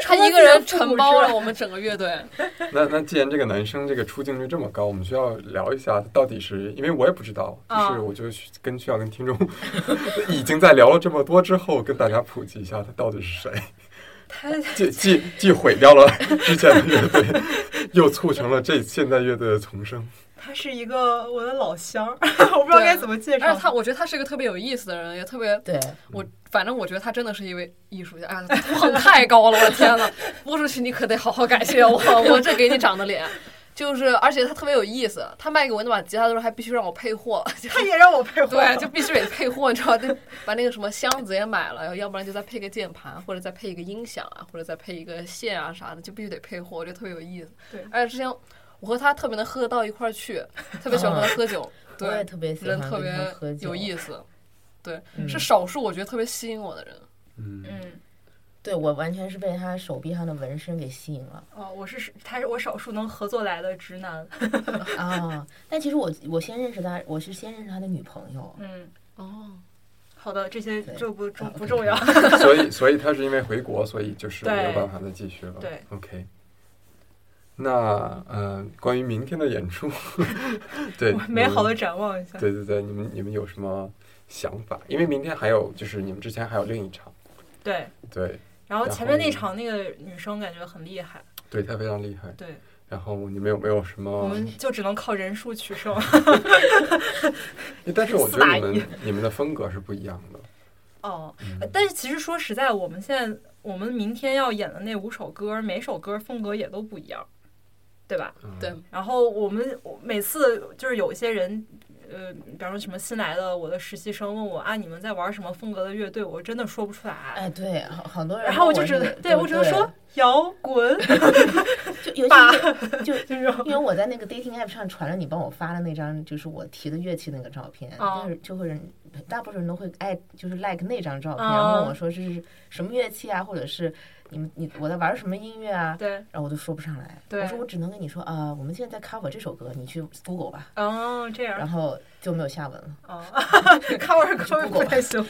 E: 他一个人承包了我们整个乐队。
A: 那那既然这个男生这个出镜率这么高，我们需要聊一下到底是因为我也不知道，
B: 啊
A: 就是我就跟需要跟听众 已经在聊了这么多之后，跟大家普及一下他到底是谁，
B: 他
A: 既既既毁掉了之前的乐队， 又促成了这现在乐队的重生。
B: 他是一个我的老乡儿， 我不知道该怎么介
E: 而
B: 绍
E: 且他，我觉得他是一个特别有意思的人，也特别
D: 对，
E: 我，反正我觉得他真的是一位艺术家。哎呀， 捧太高了，我的天呐，播出去你可得好好感谢我，我这给你长的 脸。就是，而且他特别有意思。他卖给我那把吉他的时候，还必须让我配货，
B: 他也让我配合，
E: 对，啊就必须得配货，你知道，得把那个什么箱子也买了，要不然就再配个键盘，或者再配一个音响啊，或者再配一个线啊啥的，就必须得配货，我觉得特别有意思。
B: 对
E: 而且之前我和他特别能喝得到一块儿去，特别喜欢和他喝 酒，
D: 啊我也
E: 对，
D: 特别喜
E: 人
D: 欢
E: 特
D: 跟他喝
E: 别
D: 酒，
E: 有意思，对，
D: 嗯
E: 是少数我觉得特别吸引我的人。
A: 嗯，
B: 嗯，
D: 对我完全是被他手臂上的纹身给吸引 了
B: 哦，我是他是我少数能合作来的直男，
D: 啊！但其实我我先认识他，我是先认识他的女朋友，
B: 嗯，
E: 哦，
B: 好的，这些
D: 对
B: 就不
A: 啊
B: 重
D: 好
B: 不重要，
A: 所以所以他是因为回国，所以就是
B: 对
A: 没有办法再继续了。
B: 对
A: ，OK。那呃，关于明天的演出， 对
B: 我美好
A: 你们
B: 的展望一下，
A: 嗯对对对，你们你们有什么想法？因为明天还有，就是你们之前还有另一场，
B: 对。
A: 对
B: 然后
A: 然
B: 前面
A: 后
B: 那场那个女生感觉很厉害，
A: 对，他非常厉害。
B: 对
A: 然后你们有没有什
B: 我
A: 么？
B: 们就只能靠人数取胜。
A: 诶但是我觉
B: 四打
A: 得
B: 一
A: 你们你们的风格是不一样的。
B: 哦，
A: 嗯
B: 呃但是其实说实在，我们现在我们明天要演的那五首歌，每首歌风格也都不一样，对吧？
A: 嗯
E: 对
B: 然后我们我每次就是有一些人，呃，比方说什么新来的我的实习生问我啊，你们在玩什么风格的乐队？我真的说不出来。
D: 哎，对，好好多人
B: 然
D: 问这个。
B: 后我就只能，
D: 对
B: 我只能说，摇滚，
D: 就尤
B: 爸
D: 其是就
B: 就是
D: 因为我在那个 dating app 上传了你帮我发的那张，就是我提的乐器那个照片，
B: 哦
D: 就是就会人大部分人都会爱就是 like 那张照片，
B: 哦
D: 然后问我说这是什么乐器啊，或者是你们你我在玩什么音乐啊，
B: 对，
D: 然后我都说不上来，
B: 对
D: 我说我只能跟你说啊、我们现在在 cover 这首歌，你去 Google 吧，
B: 哦，这样
D: 然，后就没有下文了。
B: 哦， 看我是口语不太行。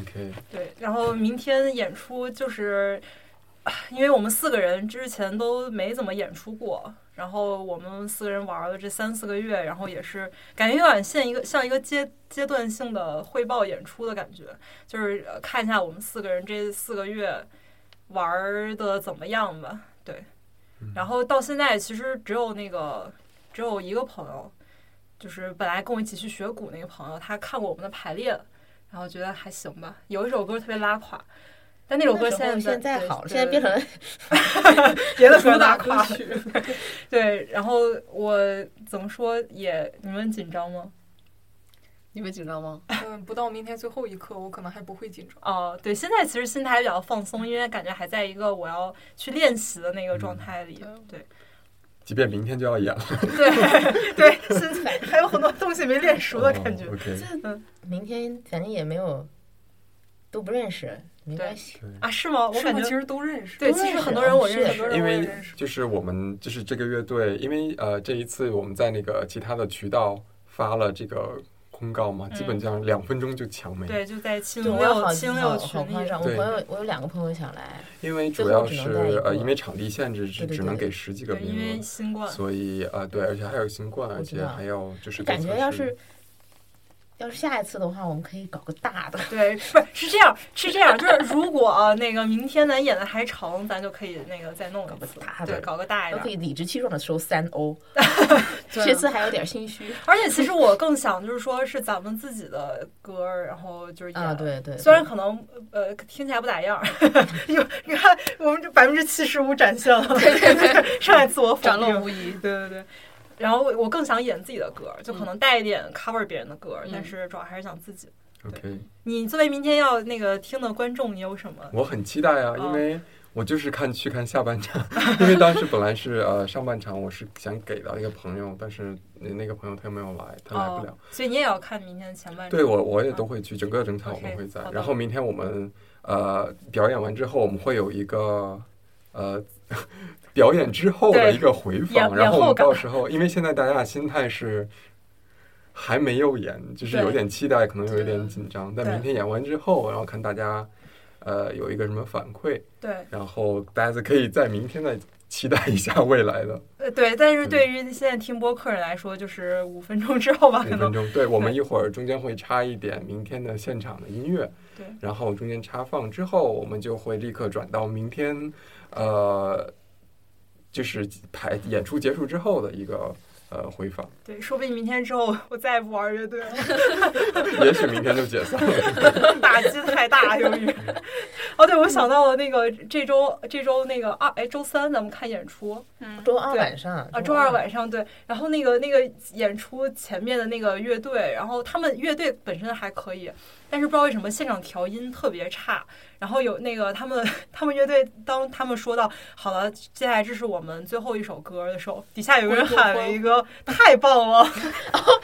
A: ，OK，
B: 对，然后明天演出就是，唉因为我们四个人之前都没怎么演出过，然后我们四个人玩了这三四个月，然后也是感觉有点像一个像一个阶阶段性的汇报演出的感觉，就是呃看一下我们四个人这四个月玩的怎么样吧。对，然后到现在其实只有那个只有一个朋友，就是本来跟我一起去学鼓那个朋友，他看过我们的排练。然后觉得还行吧。有一首歌特别拉垮，但那首歌
D: 那时候
B: 在
D: 现
B: 现
D: 在好了，现在变成
B: 别的
E: 主
B: 歌拉
E: 打歌
B: 垮了。
E: 曲，
B: 对，然后我怎么说也你们紧张吗？
E: 你们紧张吗？
F: 嗯，不到明天最后一刻，我可能还不会紧张。
B: 哦，对，现在其实心态比较放松，因为感觉还在一个我要去练习的那个状态里。嗯对
A: 即便明天就要演了，
B: 对对，现在还有很多东西没练熟的感觉。
A: 哦 OK，
D: 明天，反正也没有都不认识，没关系。
A: 对。
B: 啊，是吗？我
F: 是
B: 感
F: 吗其
B: 觉
F: 实都认识，
B: 对，
D: 都
B: 其
D: 认
B: 实
D: 识
B: 很多人我
D: 是
B: 认
F: 很多
B: 识。
F: 人
A: 因
F: 我也
A: 为
F: 认识。
A: 就是我们就是这个乐队，因为呃这一次我们在那个其他的渠道发了这个公告嘛，基本上两分钟就抢没。
B: 嗯对，就在七零
D: 我有
B: 六
D: 好
B: 七零
D: 好
B: 六
D: 好
B: 群
D: 夸
B: 里。
D: 张，我
A: 对
D: 朋友我有两个朋友想来，
A: 因为
D: 最
A: 主
D: 后
A: 要
D: 只能
A: 是
D: 带一
A: 呃
D: 个
A: 因为场地限制是
D: 对对
A: 只能
D: 对
A: 给十几个
B: 对，因为
A: 名
B: 新
A: 额，
B: 冠，
A: 所以呃对，而且还有新冠，而
D: 知
A: 且
D: 道
A: 还有就是
D: 就感
A: 做
D: 觉
A: 测
D: 要
A: 试
D: 是要是下一次的话，我们可以搞个大的。
B: 对，不是是这样，是这样，就是如果、啊、那个明天咱演的还长，咱就可以那个再弄
D: 搞
B: 一
D: 个
B: 次
D: 大，
B: 对，
D: 的
B: 搞个大一
D: 都可
B: 点。
D: 以理直气壮的收三欧，
E: 对啊
D: 这次还有点心虚
B: 而且其实我更想就是说是咱们自己的歌儿，然后就是演。
D: 啊！对对，
B: 虽然可能呃听起来不咋样，有 你看我们这百分之七十五展现了，对对对，上来自我否
E: 展露
B: 定，
E: 无遗。
B: 对对对。然后我我更想演自己的歌儿，就可能带一点 cover 别人的歌儿，但是主要还是想自己。
A: OK，
B: 你作为明天要那个听的观众，你有什么？
A: 我很期待啊，因
B: 哦
A: 为我就是看去看下半场， 因为当时本来是呃上半场我是想给到一个朋友，但是那个朋友他没有来，他来不了
B: 哦。，所以你也要看明天的前半场。
A: 对我我也都会去，整个整场我
B: 啊 OK，
A: 们会在
B: 好。的
A: 然后明天我们呃表演完之后，我们会有一个呃 表演之后的
B: 对
A: 一个回
B: 演
A: 放，然
B: 演
A: 后我
B: 后
A: 们
B: 感
A: 到时候，因为现在大家的心态是还没有演，就是
B: 对嗯
A: 有点期待，可能有一点
E: 对
A: 紧张，但
B: 对
A: 明天演完之后，然后看大家呃有一个什么反馈，
B: 对，
A: 然后大家可以在明天再期待一下未来的
B: 呃对，但是
A: 嗯
B: 对于现在听播客人来说，就是五分钟之 后吧，
A: 五
B: 可
A: 分
B: 能
A: 钟。对，我们一会儿中间会插一点明天的现场的音乐，
B: 对
A: 然后中间插放之后，我们就会立刻转到明天，呃，就是排演出结束之后的一个呃回访，
B: 对，说不定明天之后我再也不玩乐队了，
A: 也许明天就解散了。
B: 打击太大，由于。哦，对，我
D: 嗯
B: 想到了那个这周这周那个二哎周三咱们看演出
F: 嗯，
D: 周二
B: 对
D: 晚上
B: 啊，周二晚上对，然后那个那个演出前面的那个乐队，然后他们乐队本身还可以，但是不知道为什么现场调音特别差。然后有那个他们他们乐队当他们说到好了，接下来这是我们最后一首歌的时候，底下有个人喊了一 个太棒了，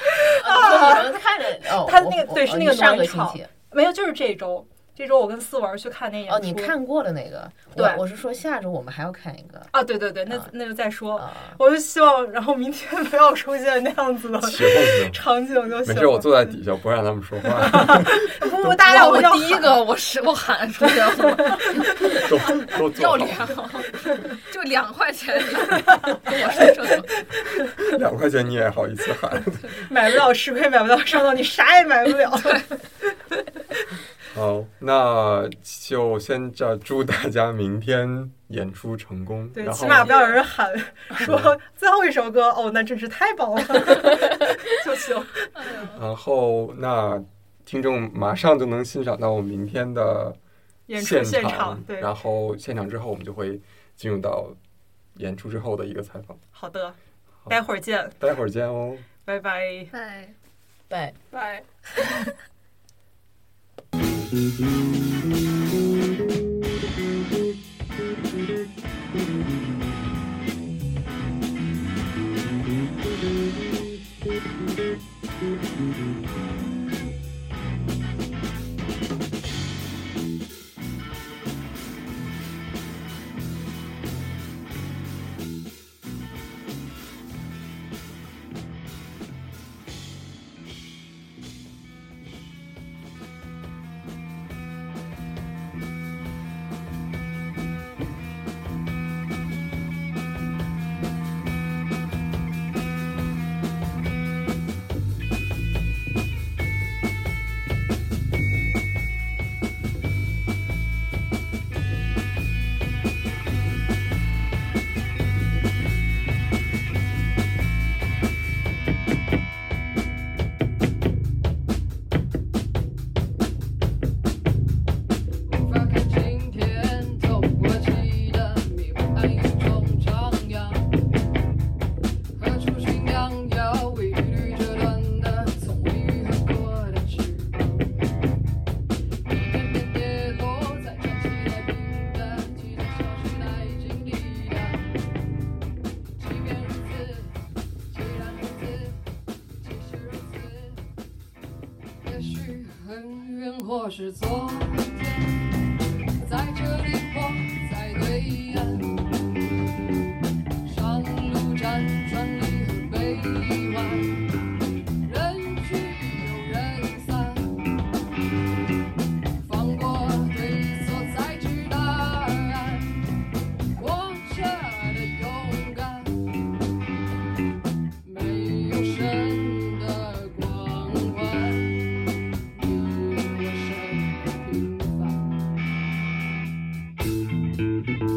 D: 啊，你们看着 哦，
B: 他
D: 我
B: 那个
D: 我
B: 对是
D: 哦
B: 那个
D: 你上
B: 暖
D: 个星
B: 场
D: 期
B: 没有，就是这周。这周我跟思文去看那演出。
D: 哦，你看过的那个，我
B: 对
D: 我是说下周我们还要看一个
B: 啊？对对对，那
D: 啊
B: 那就再说。
D: 啊，
B: 我就希望，然后明天不要出现那样子的
A: 起哄呢？
B: 场景就行。
A: 没事，我坐在底下，不让他们说话，
B: 不不，大家要
E: 我
B: 要
E: 第一个我是我喊出去了，
A: 都都坐
E: 要
A: 好
E: 脸，啊 就两块钱， 你跟我说这个，
A: 两块钱你也好意思喊
B: 买不了吃亏，买不到上当，你啥也买不了。
A: 好，那就先这祝大家明天演出成功，
B: 对，
A: 然
B: 起
A: 后
B: 码不要有 人喊说最后一首歌哦，那真是太棒 了就行。
A: 然后那听众马上就能欣赏到我们明天的
B: 演出
A: 现
B: 现场，对，
A: 然后现场之后我们就会进入到演出之后的一个采访，
B: 好的，待会儿见，
A: 待会儿见哦。
B: 拜拜。
E: 哎。
D: 对。
F: 拜。
E: 无法看晴天，透过漆的迷雾，暗影中徜徉。何处寻良药？为一缕折断的，从未愈合过的翅膀。一片片跌落在潮起的平淡，即将消失殆尽地带。即便如此，既然如此，即使如此，也许很远，或是昨天。在这里，我在对岸。山路辗转离合悲欢，人聚又人散。放过对错，才知答案。活着的勇敢，没有神的光环，有我神平凡。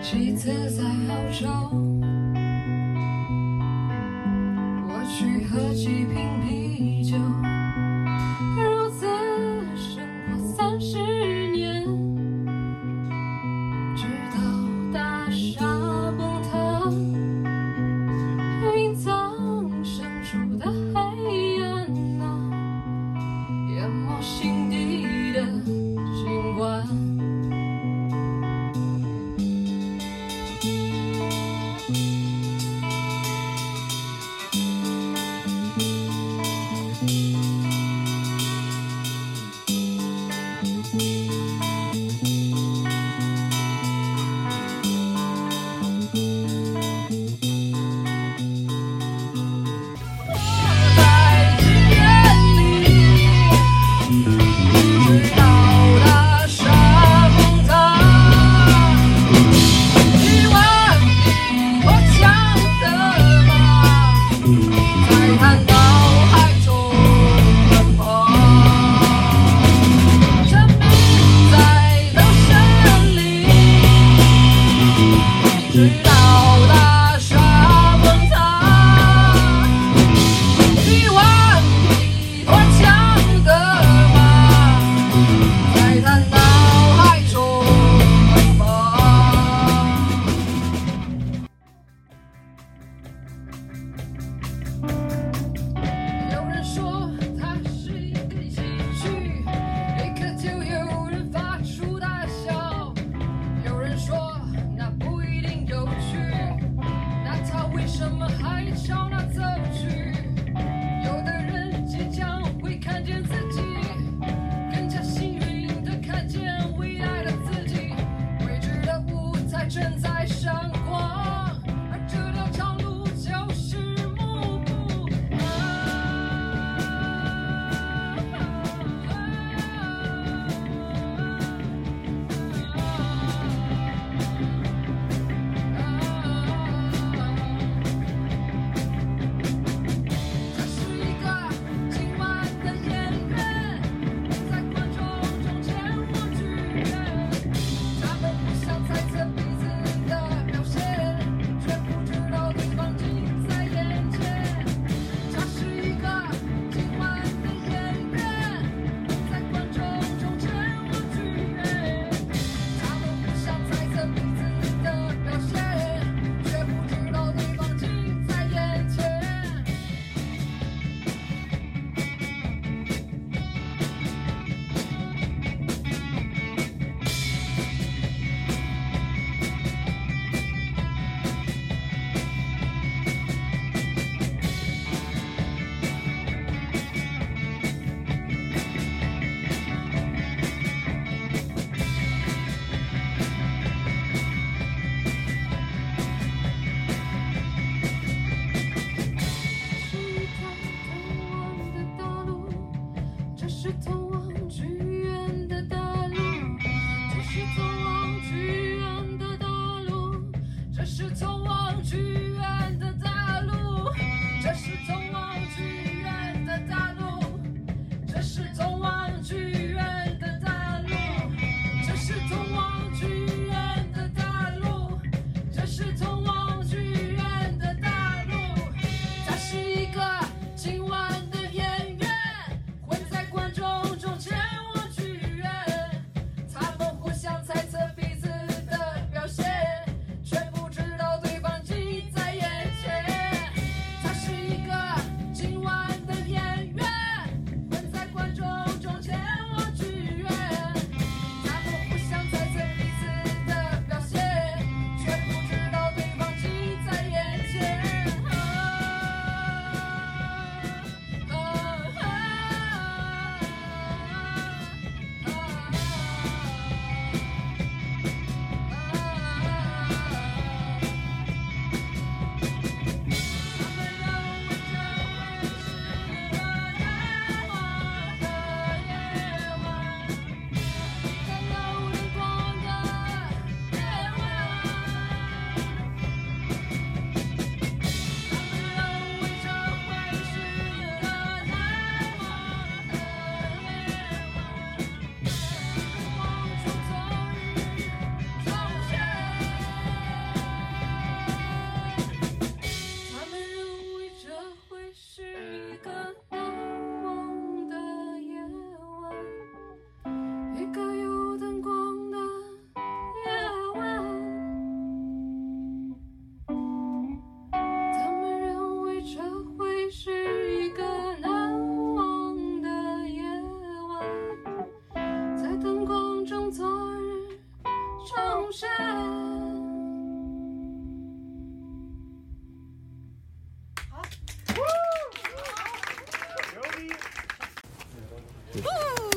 G: 澳洲，我去喝几瓶啤酒，如此生活三十年，直到大厦崩塌，隐藏深处的黑暗啊，淹没心底的景观。在经验里，直到大厦崩塌，一万比我强的马，在他脑海中奔跑。生命在刀山里，直到大厦崩塌。一万匹顽强的马，在他脑海中奔跑。有人说它是一个喜剧，立刻就有人发出大笑。有人说那不一定有趣，那他为什么还朝那走去？有的人即将会看见自己，更加幸运的看见未来的自己。未知的舞台正在闪光，而这条长路就是幕布。他是一个今晚的演员，在观众中前往剧院。他们互相猜测彼此的表现，却不知道对方近在眼前。他是一个今晚的演员，在观众中前往剧院。他们互相猜测彼此的表现，却不知道对方近在眼前。这是一条通往的道路，这是通往剧院的大路，这是通往剧院的大路，这是通往剧院的大路，这是通往剧院的大路，这是通往剧院的大路，这是通往剧院的大路，这是通往剧院的大路。他是一个今晚的演员，会在观众中前往剧院。他们互相猜测彼此的表现，却不知道对方近在眼前。他是一个今晚的演员，会在观众中前往剧院。他们互相猜测彼此的表现，却不知道对方。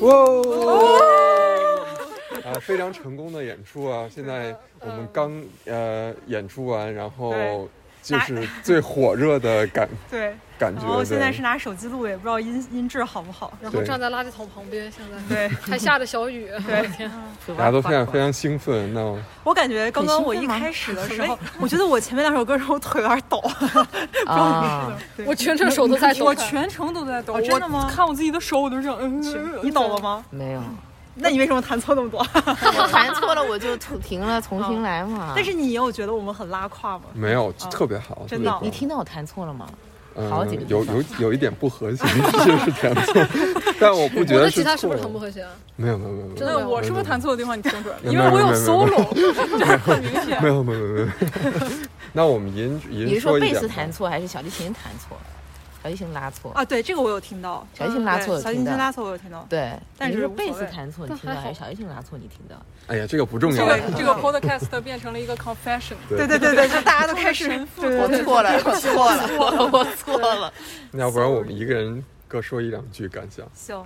A: 哇哦！啊，非常成功的演出啊！现在我们刚呃演出完，然后就是最火热的感
B: 对，
A: 感
B: 然
A: 觉。
B: 哦后现在
A: 对
B: 是拿手机录的，也不知道音音质好不好。
G: 然后
A: 对
G: 站在垃圾桶旁边，现在
B: 对，
G: 还下着小雨，
B: 对
G: 我的天，
A: 大家都非常非常兴奋。那
B: 我感觉刚刚我
H: 很
B: 一
H: 兴奋吗
B: 开始 的时候，我觉得我前面两首歌时候我腿有点抖，
D: 啊，
G: 我全程手都在抖
F: 我。全程都在抖，
B: 哦真的吗
F: 我看我自己的手，我都是这样嗯嗯，嗯
B: 你抖了？吗？
D: 没有，
B: 那你为什么弹错那么多？
D: 弹错了我就停停了，重新来嘛。
B: 哦但是你有觉得我们很拉胯吗？
A: 没有，特别好，
B: 哦真
A: 特别
B: 的
A: 棒
D: 你听到我弹错了吗？
A: 嗯
D: 好几个地
A: 有
D: 方
A: 有有一点不和谐， 就是这样做，但我不觉
G: 我
A: 得
G: 的
A: 是
G: 吉他是不是
A: 错
G: 很
A: 的
G: 不和谐啊？
A: 没有没有没有没有，
G: 真的
F: 那我是不是弹
A: 错？
F: 错的地方你听出来了？
A: 没
F: 因为我有 solo，
A: 没有没有没有。没有 那我们银
D: 你
A: 银
D: 是
A: 说
D: 说
A: 一啊
D: 贝
A: 点
D: 斯
A: 吧
D: 弹错还是小提琴弹错？小提琴拉错。
F: 啊，对，这个我有听到，
D: 小提琴拉错
F: 嗯对
D: 有听到
F: 小提琴拉错我有听到，
D: 对，
F: 但
D: 你
F: 是
D: 是
F: 无
D: 贝
F: 所
D: 斯
F: 谓
D: 弹错你
G: 但
D: 听
G: 还
D: 到，还是
G: 好
D: 小提琴拉错你听到？
A: 哎呀，这个不重
F: 这
A: 要。
F: 个这个 podcast 变成了一个 confession，
B: 对对对对，就大家都 开始对对对
D: 错了，我错了，我我错了。
A: 那要不然我们一个人各说一两句感想。
F: 行，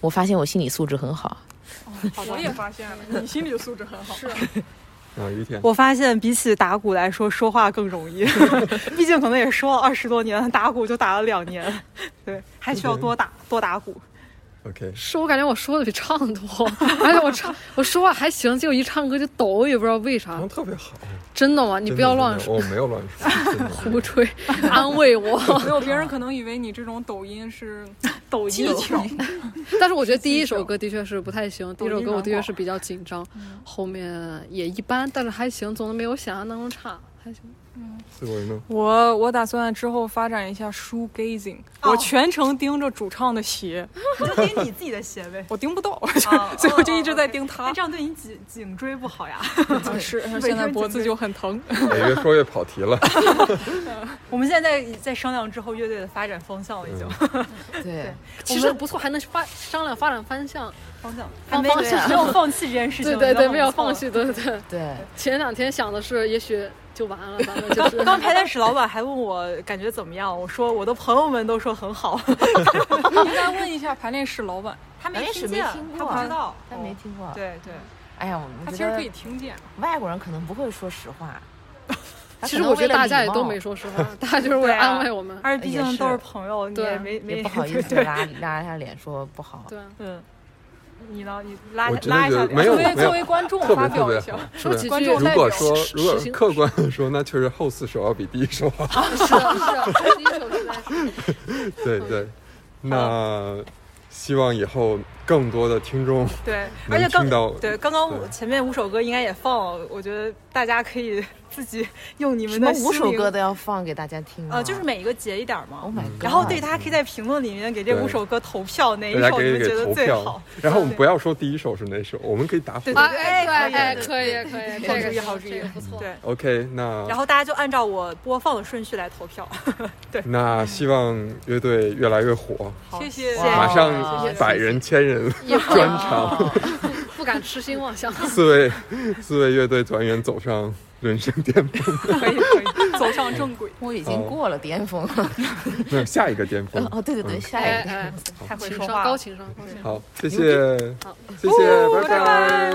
D: 我发现我心理素质很好，
F: 我也发现了，你心理素质很好，是
A: 啊，于天，
B: 我发现比起打鼓来说，说话更容 易，毕竟可能也说了二十多年，打鼓就打了两年，对，还需要多打多打鼓。
A: OK，
G: 是我感觉我说的比唱的多，而且我唱我说话还行，结果一唱歌就抖，也不知道为啥
A: 唱。得特别好，
G: 真的吗？你
A: 真的
G: 不要
A: 真的
G: 乱说，
A: 我没有乱 说，真的
G: 胡吹，安慰我。
F: 没有别人可能以为你这种抖音是
B: 抖音
F: 技巧，
G: 但是我觉得第一首歌的确是不太行，第一首
F: 抖音
G: 歌我的确
F: 软
G: 是比较紧张，后面也一般，但是还行，总的没有想象当中差，还行。
A: 思维呢？
F: 我我打算之后发展一下 shoe gazing，、
B: 哦
F: 我全程盯着主唱的鞋，
B: 你就盯你自己的鞋 呗。
F: 我盯不到，
B: 哦
F: 所以我就一直在盯
B: 那
F: 他。
B: 这样对你颈颈椎不好呀。
F: 是，
B: 为
F: 现在
B: 什么
F: 脖
B: 颈
F: 子
B: 椎
F: 就很疼。
A: 哎越说越跑题了。
B: 我们现在在在商量之后乐队的发展方向了，已经、
A: 嗯
D: 对，
G: 其实不错，还能发商量发展方向。
B: 方向
D: 还没
B: 放弃
D: 对啊
B: 没有放弃这件事情，
G: 对对
B: 我觉
G: 对，
B: 得
G: 没有
B: 很不错
G: 放。弃，对对对。
D: 对，
G: 前两天想的是，也许就完了，咱们就是。
B: 刚排练室老板还问我感觉怎么样，我说我的朋友们都说很好，
F: 应该问一下排练室老板，
B: 他
D: 没听见
B: 他
D: 他
B: 不
D: 不
B: 知
D: 知
B: 道，
D: 但没听过。，
B: 啊哦对对，
D: 哎呀，我
F: 他
D: 们
F: 其
D: 觉
F: 实可以
D: 得
F: 听见。
D: 外国人可能不会说实话。他可
G: 其实
D: 能
G: 我觉
D: 为
G: 得
D: 了
G: 大家
D: 礼
G: 也都
D: 貌
G: 没说实话，大家就是为了
B: 对啊
G: 安慰我们。
B: 而且毕
D: 也
B: 竟都
D: 是
B: 是朋友，你
G: 对
B: 也
G: 啊
B: 没没
D: 也不好意思
B: 对，
D: 拉拉他脸说不好。
G: 对啊，
B: 嗯，你呢？你拉
A: 我
B: 一
A: 真的
B: 下拉一下
A: 觉得
B: 脸，
A: 没有
F: 作为
A: 没有
F: 作为观众
A: 特别
F: 发
A: 特
F: 表
A: 别
F: 一下
A: 好，，
G: 说几
A: 是
G: 句
A: 吧 如
G: 观众
A: 果
G: 代表
A: 说
G: 实
A: 如果
G: 实行
A: 客观的说，那确实后四首要比第一首好。
G: 是啊，是啊，第一首实在是。
A: 对对，那希望以后更多的听众
B: 对，
A: 能
B: 而且刚
A: 听到
B: 对刚刚
A: 对
B: 我前面五首歌应该也放了，我觉得大家可以自己用你
D: 什
B: 们
D: 么
B: 的
D: 五首
B: 心灵
D: 歌都要放给大家听啊？
B: 呃，就是每一个截一点儿嘛
D: Oh。my
A: 嗯
D: god！
B: 然后对，大家可以在评论里面给这
A: 对
B: 五首歌投票，哪一
A: 大家
B: 首
A: 可
B: 你
A: 以
B: 们觉
A: 给
B: 得
A: 投
B: 最
A: 票
B: 好？，
A: 然后我们不要说第一首是哪首，我们可以打火
B: 对。
G: 啊，
B: 哎
G: 哎，对，哎，
B: 可以
G: 可以，可
B: 好
G: 以，这个
B: 主意
G: 是
B: 好主
G: 这个
B: 意
G: 不错。
B: 对，
A: OK，
B: 然
A: 那
B: 后大家就按照我播放的顺序来投票。
A: 那希望乐队越来越火，
F: 谢谢
D: 哇
A: 马
D: 谢谢
A: 上百人千 人
G: 也
A: 专场。
G: 不敢痴心妄想。
A: 四位四位乐队团员走上人生巅峰，
F: 可以可以走上正轨。
D: 我已
A: 哦
D: 经过了巅峰了。
A: 没有下一个巅峰。
D: 哦，对对对，
A: 嗯
D: 下一
G: 哎
D: 个。
G: 哎，
B: 太会
G: 情
B: 说
G: 商，
B: 话
G: 高
B: 了，
G: 情商，高情商。
A: 好，谢谢
G: 好，
B: 哦
A: 谢谢，拜拜。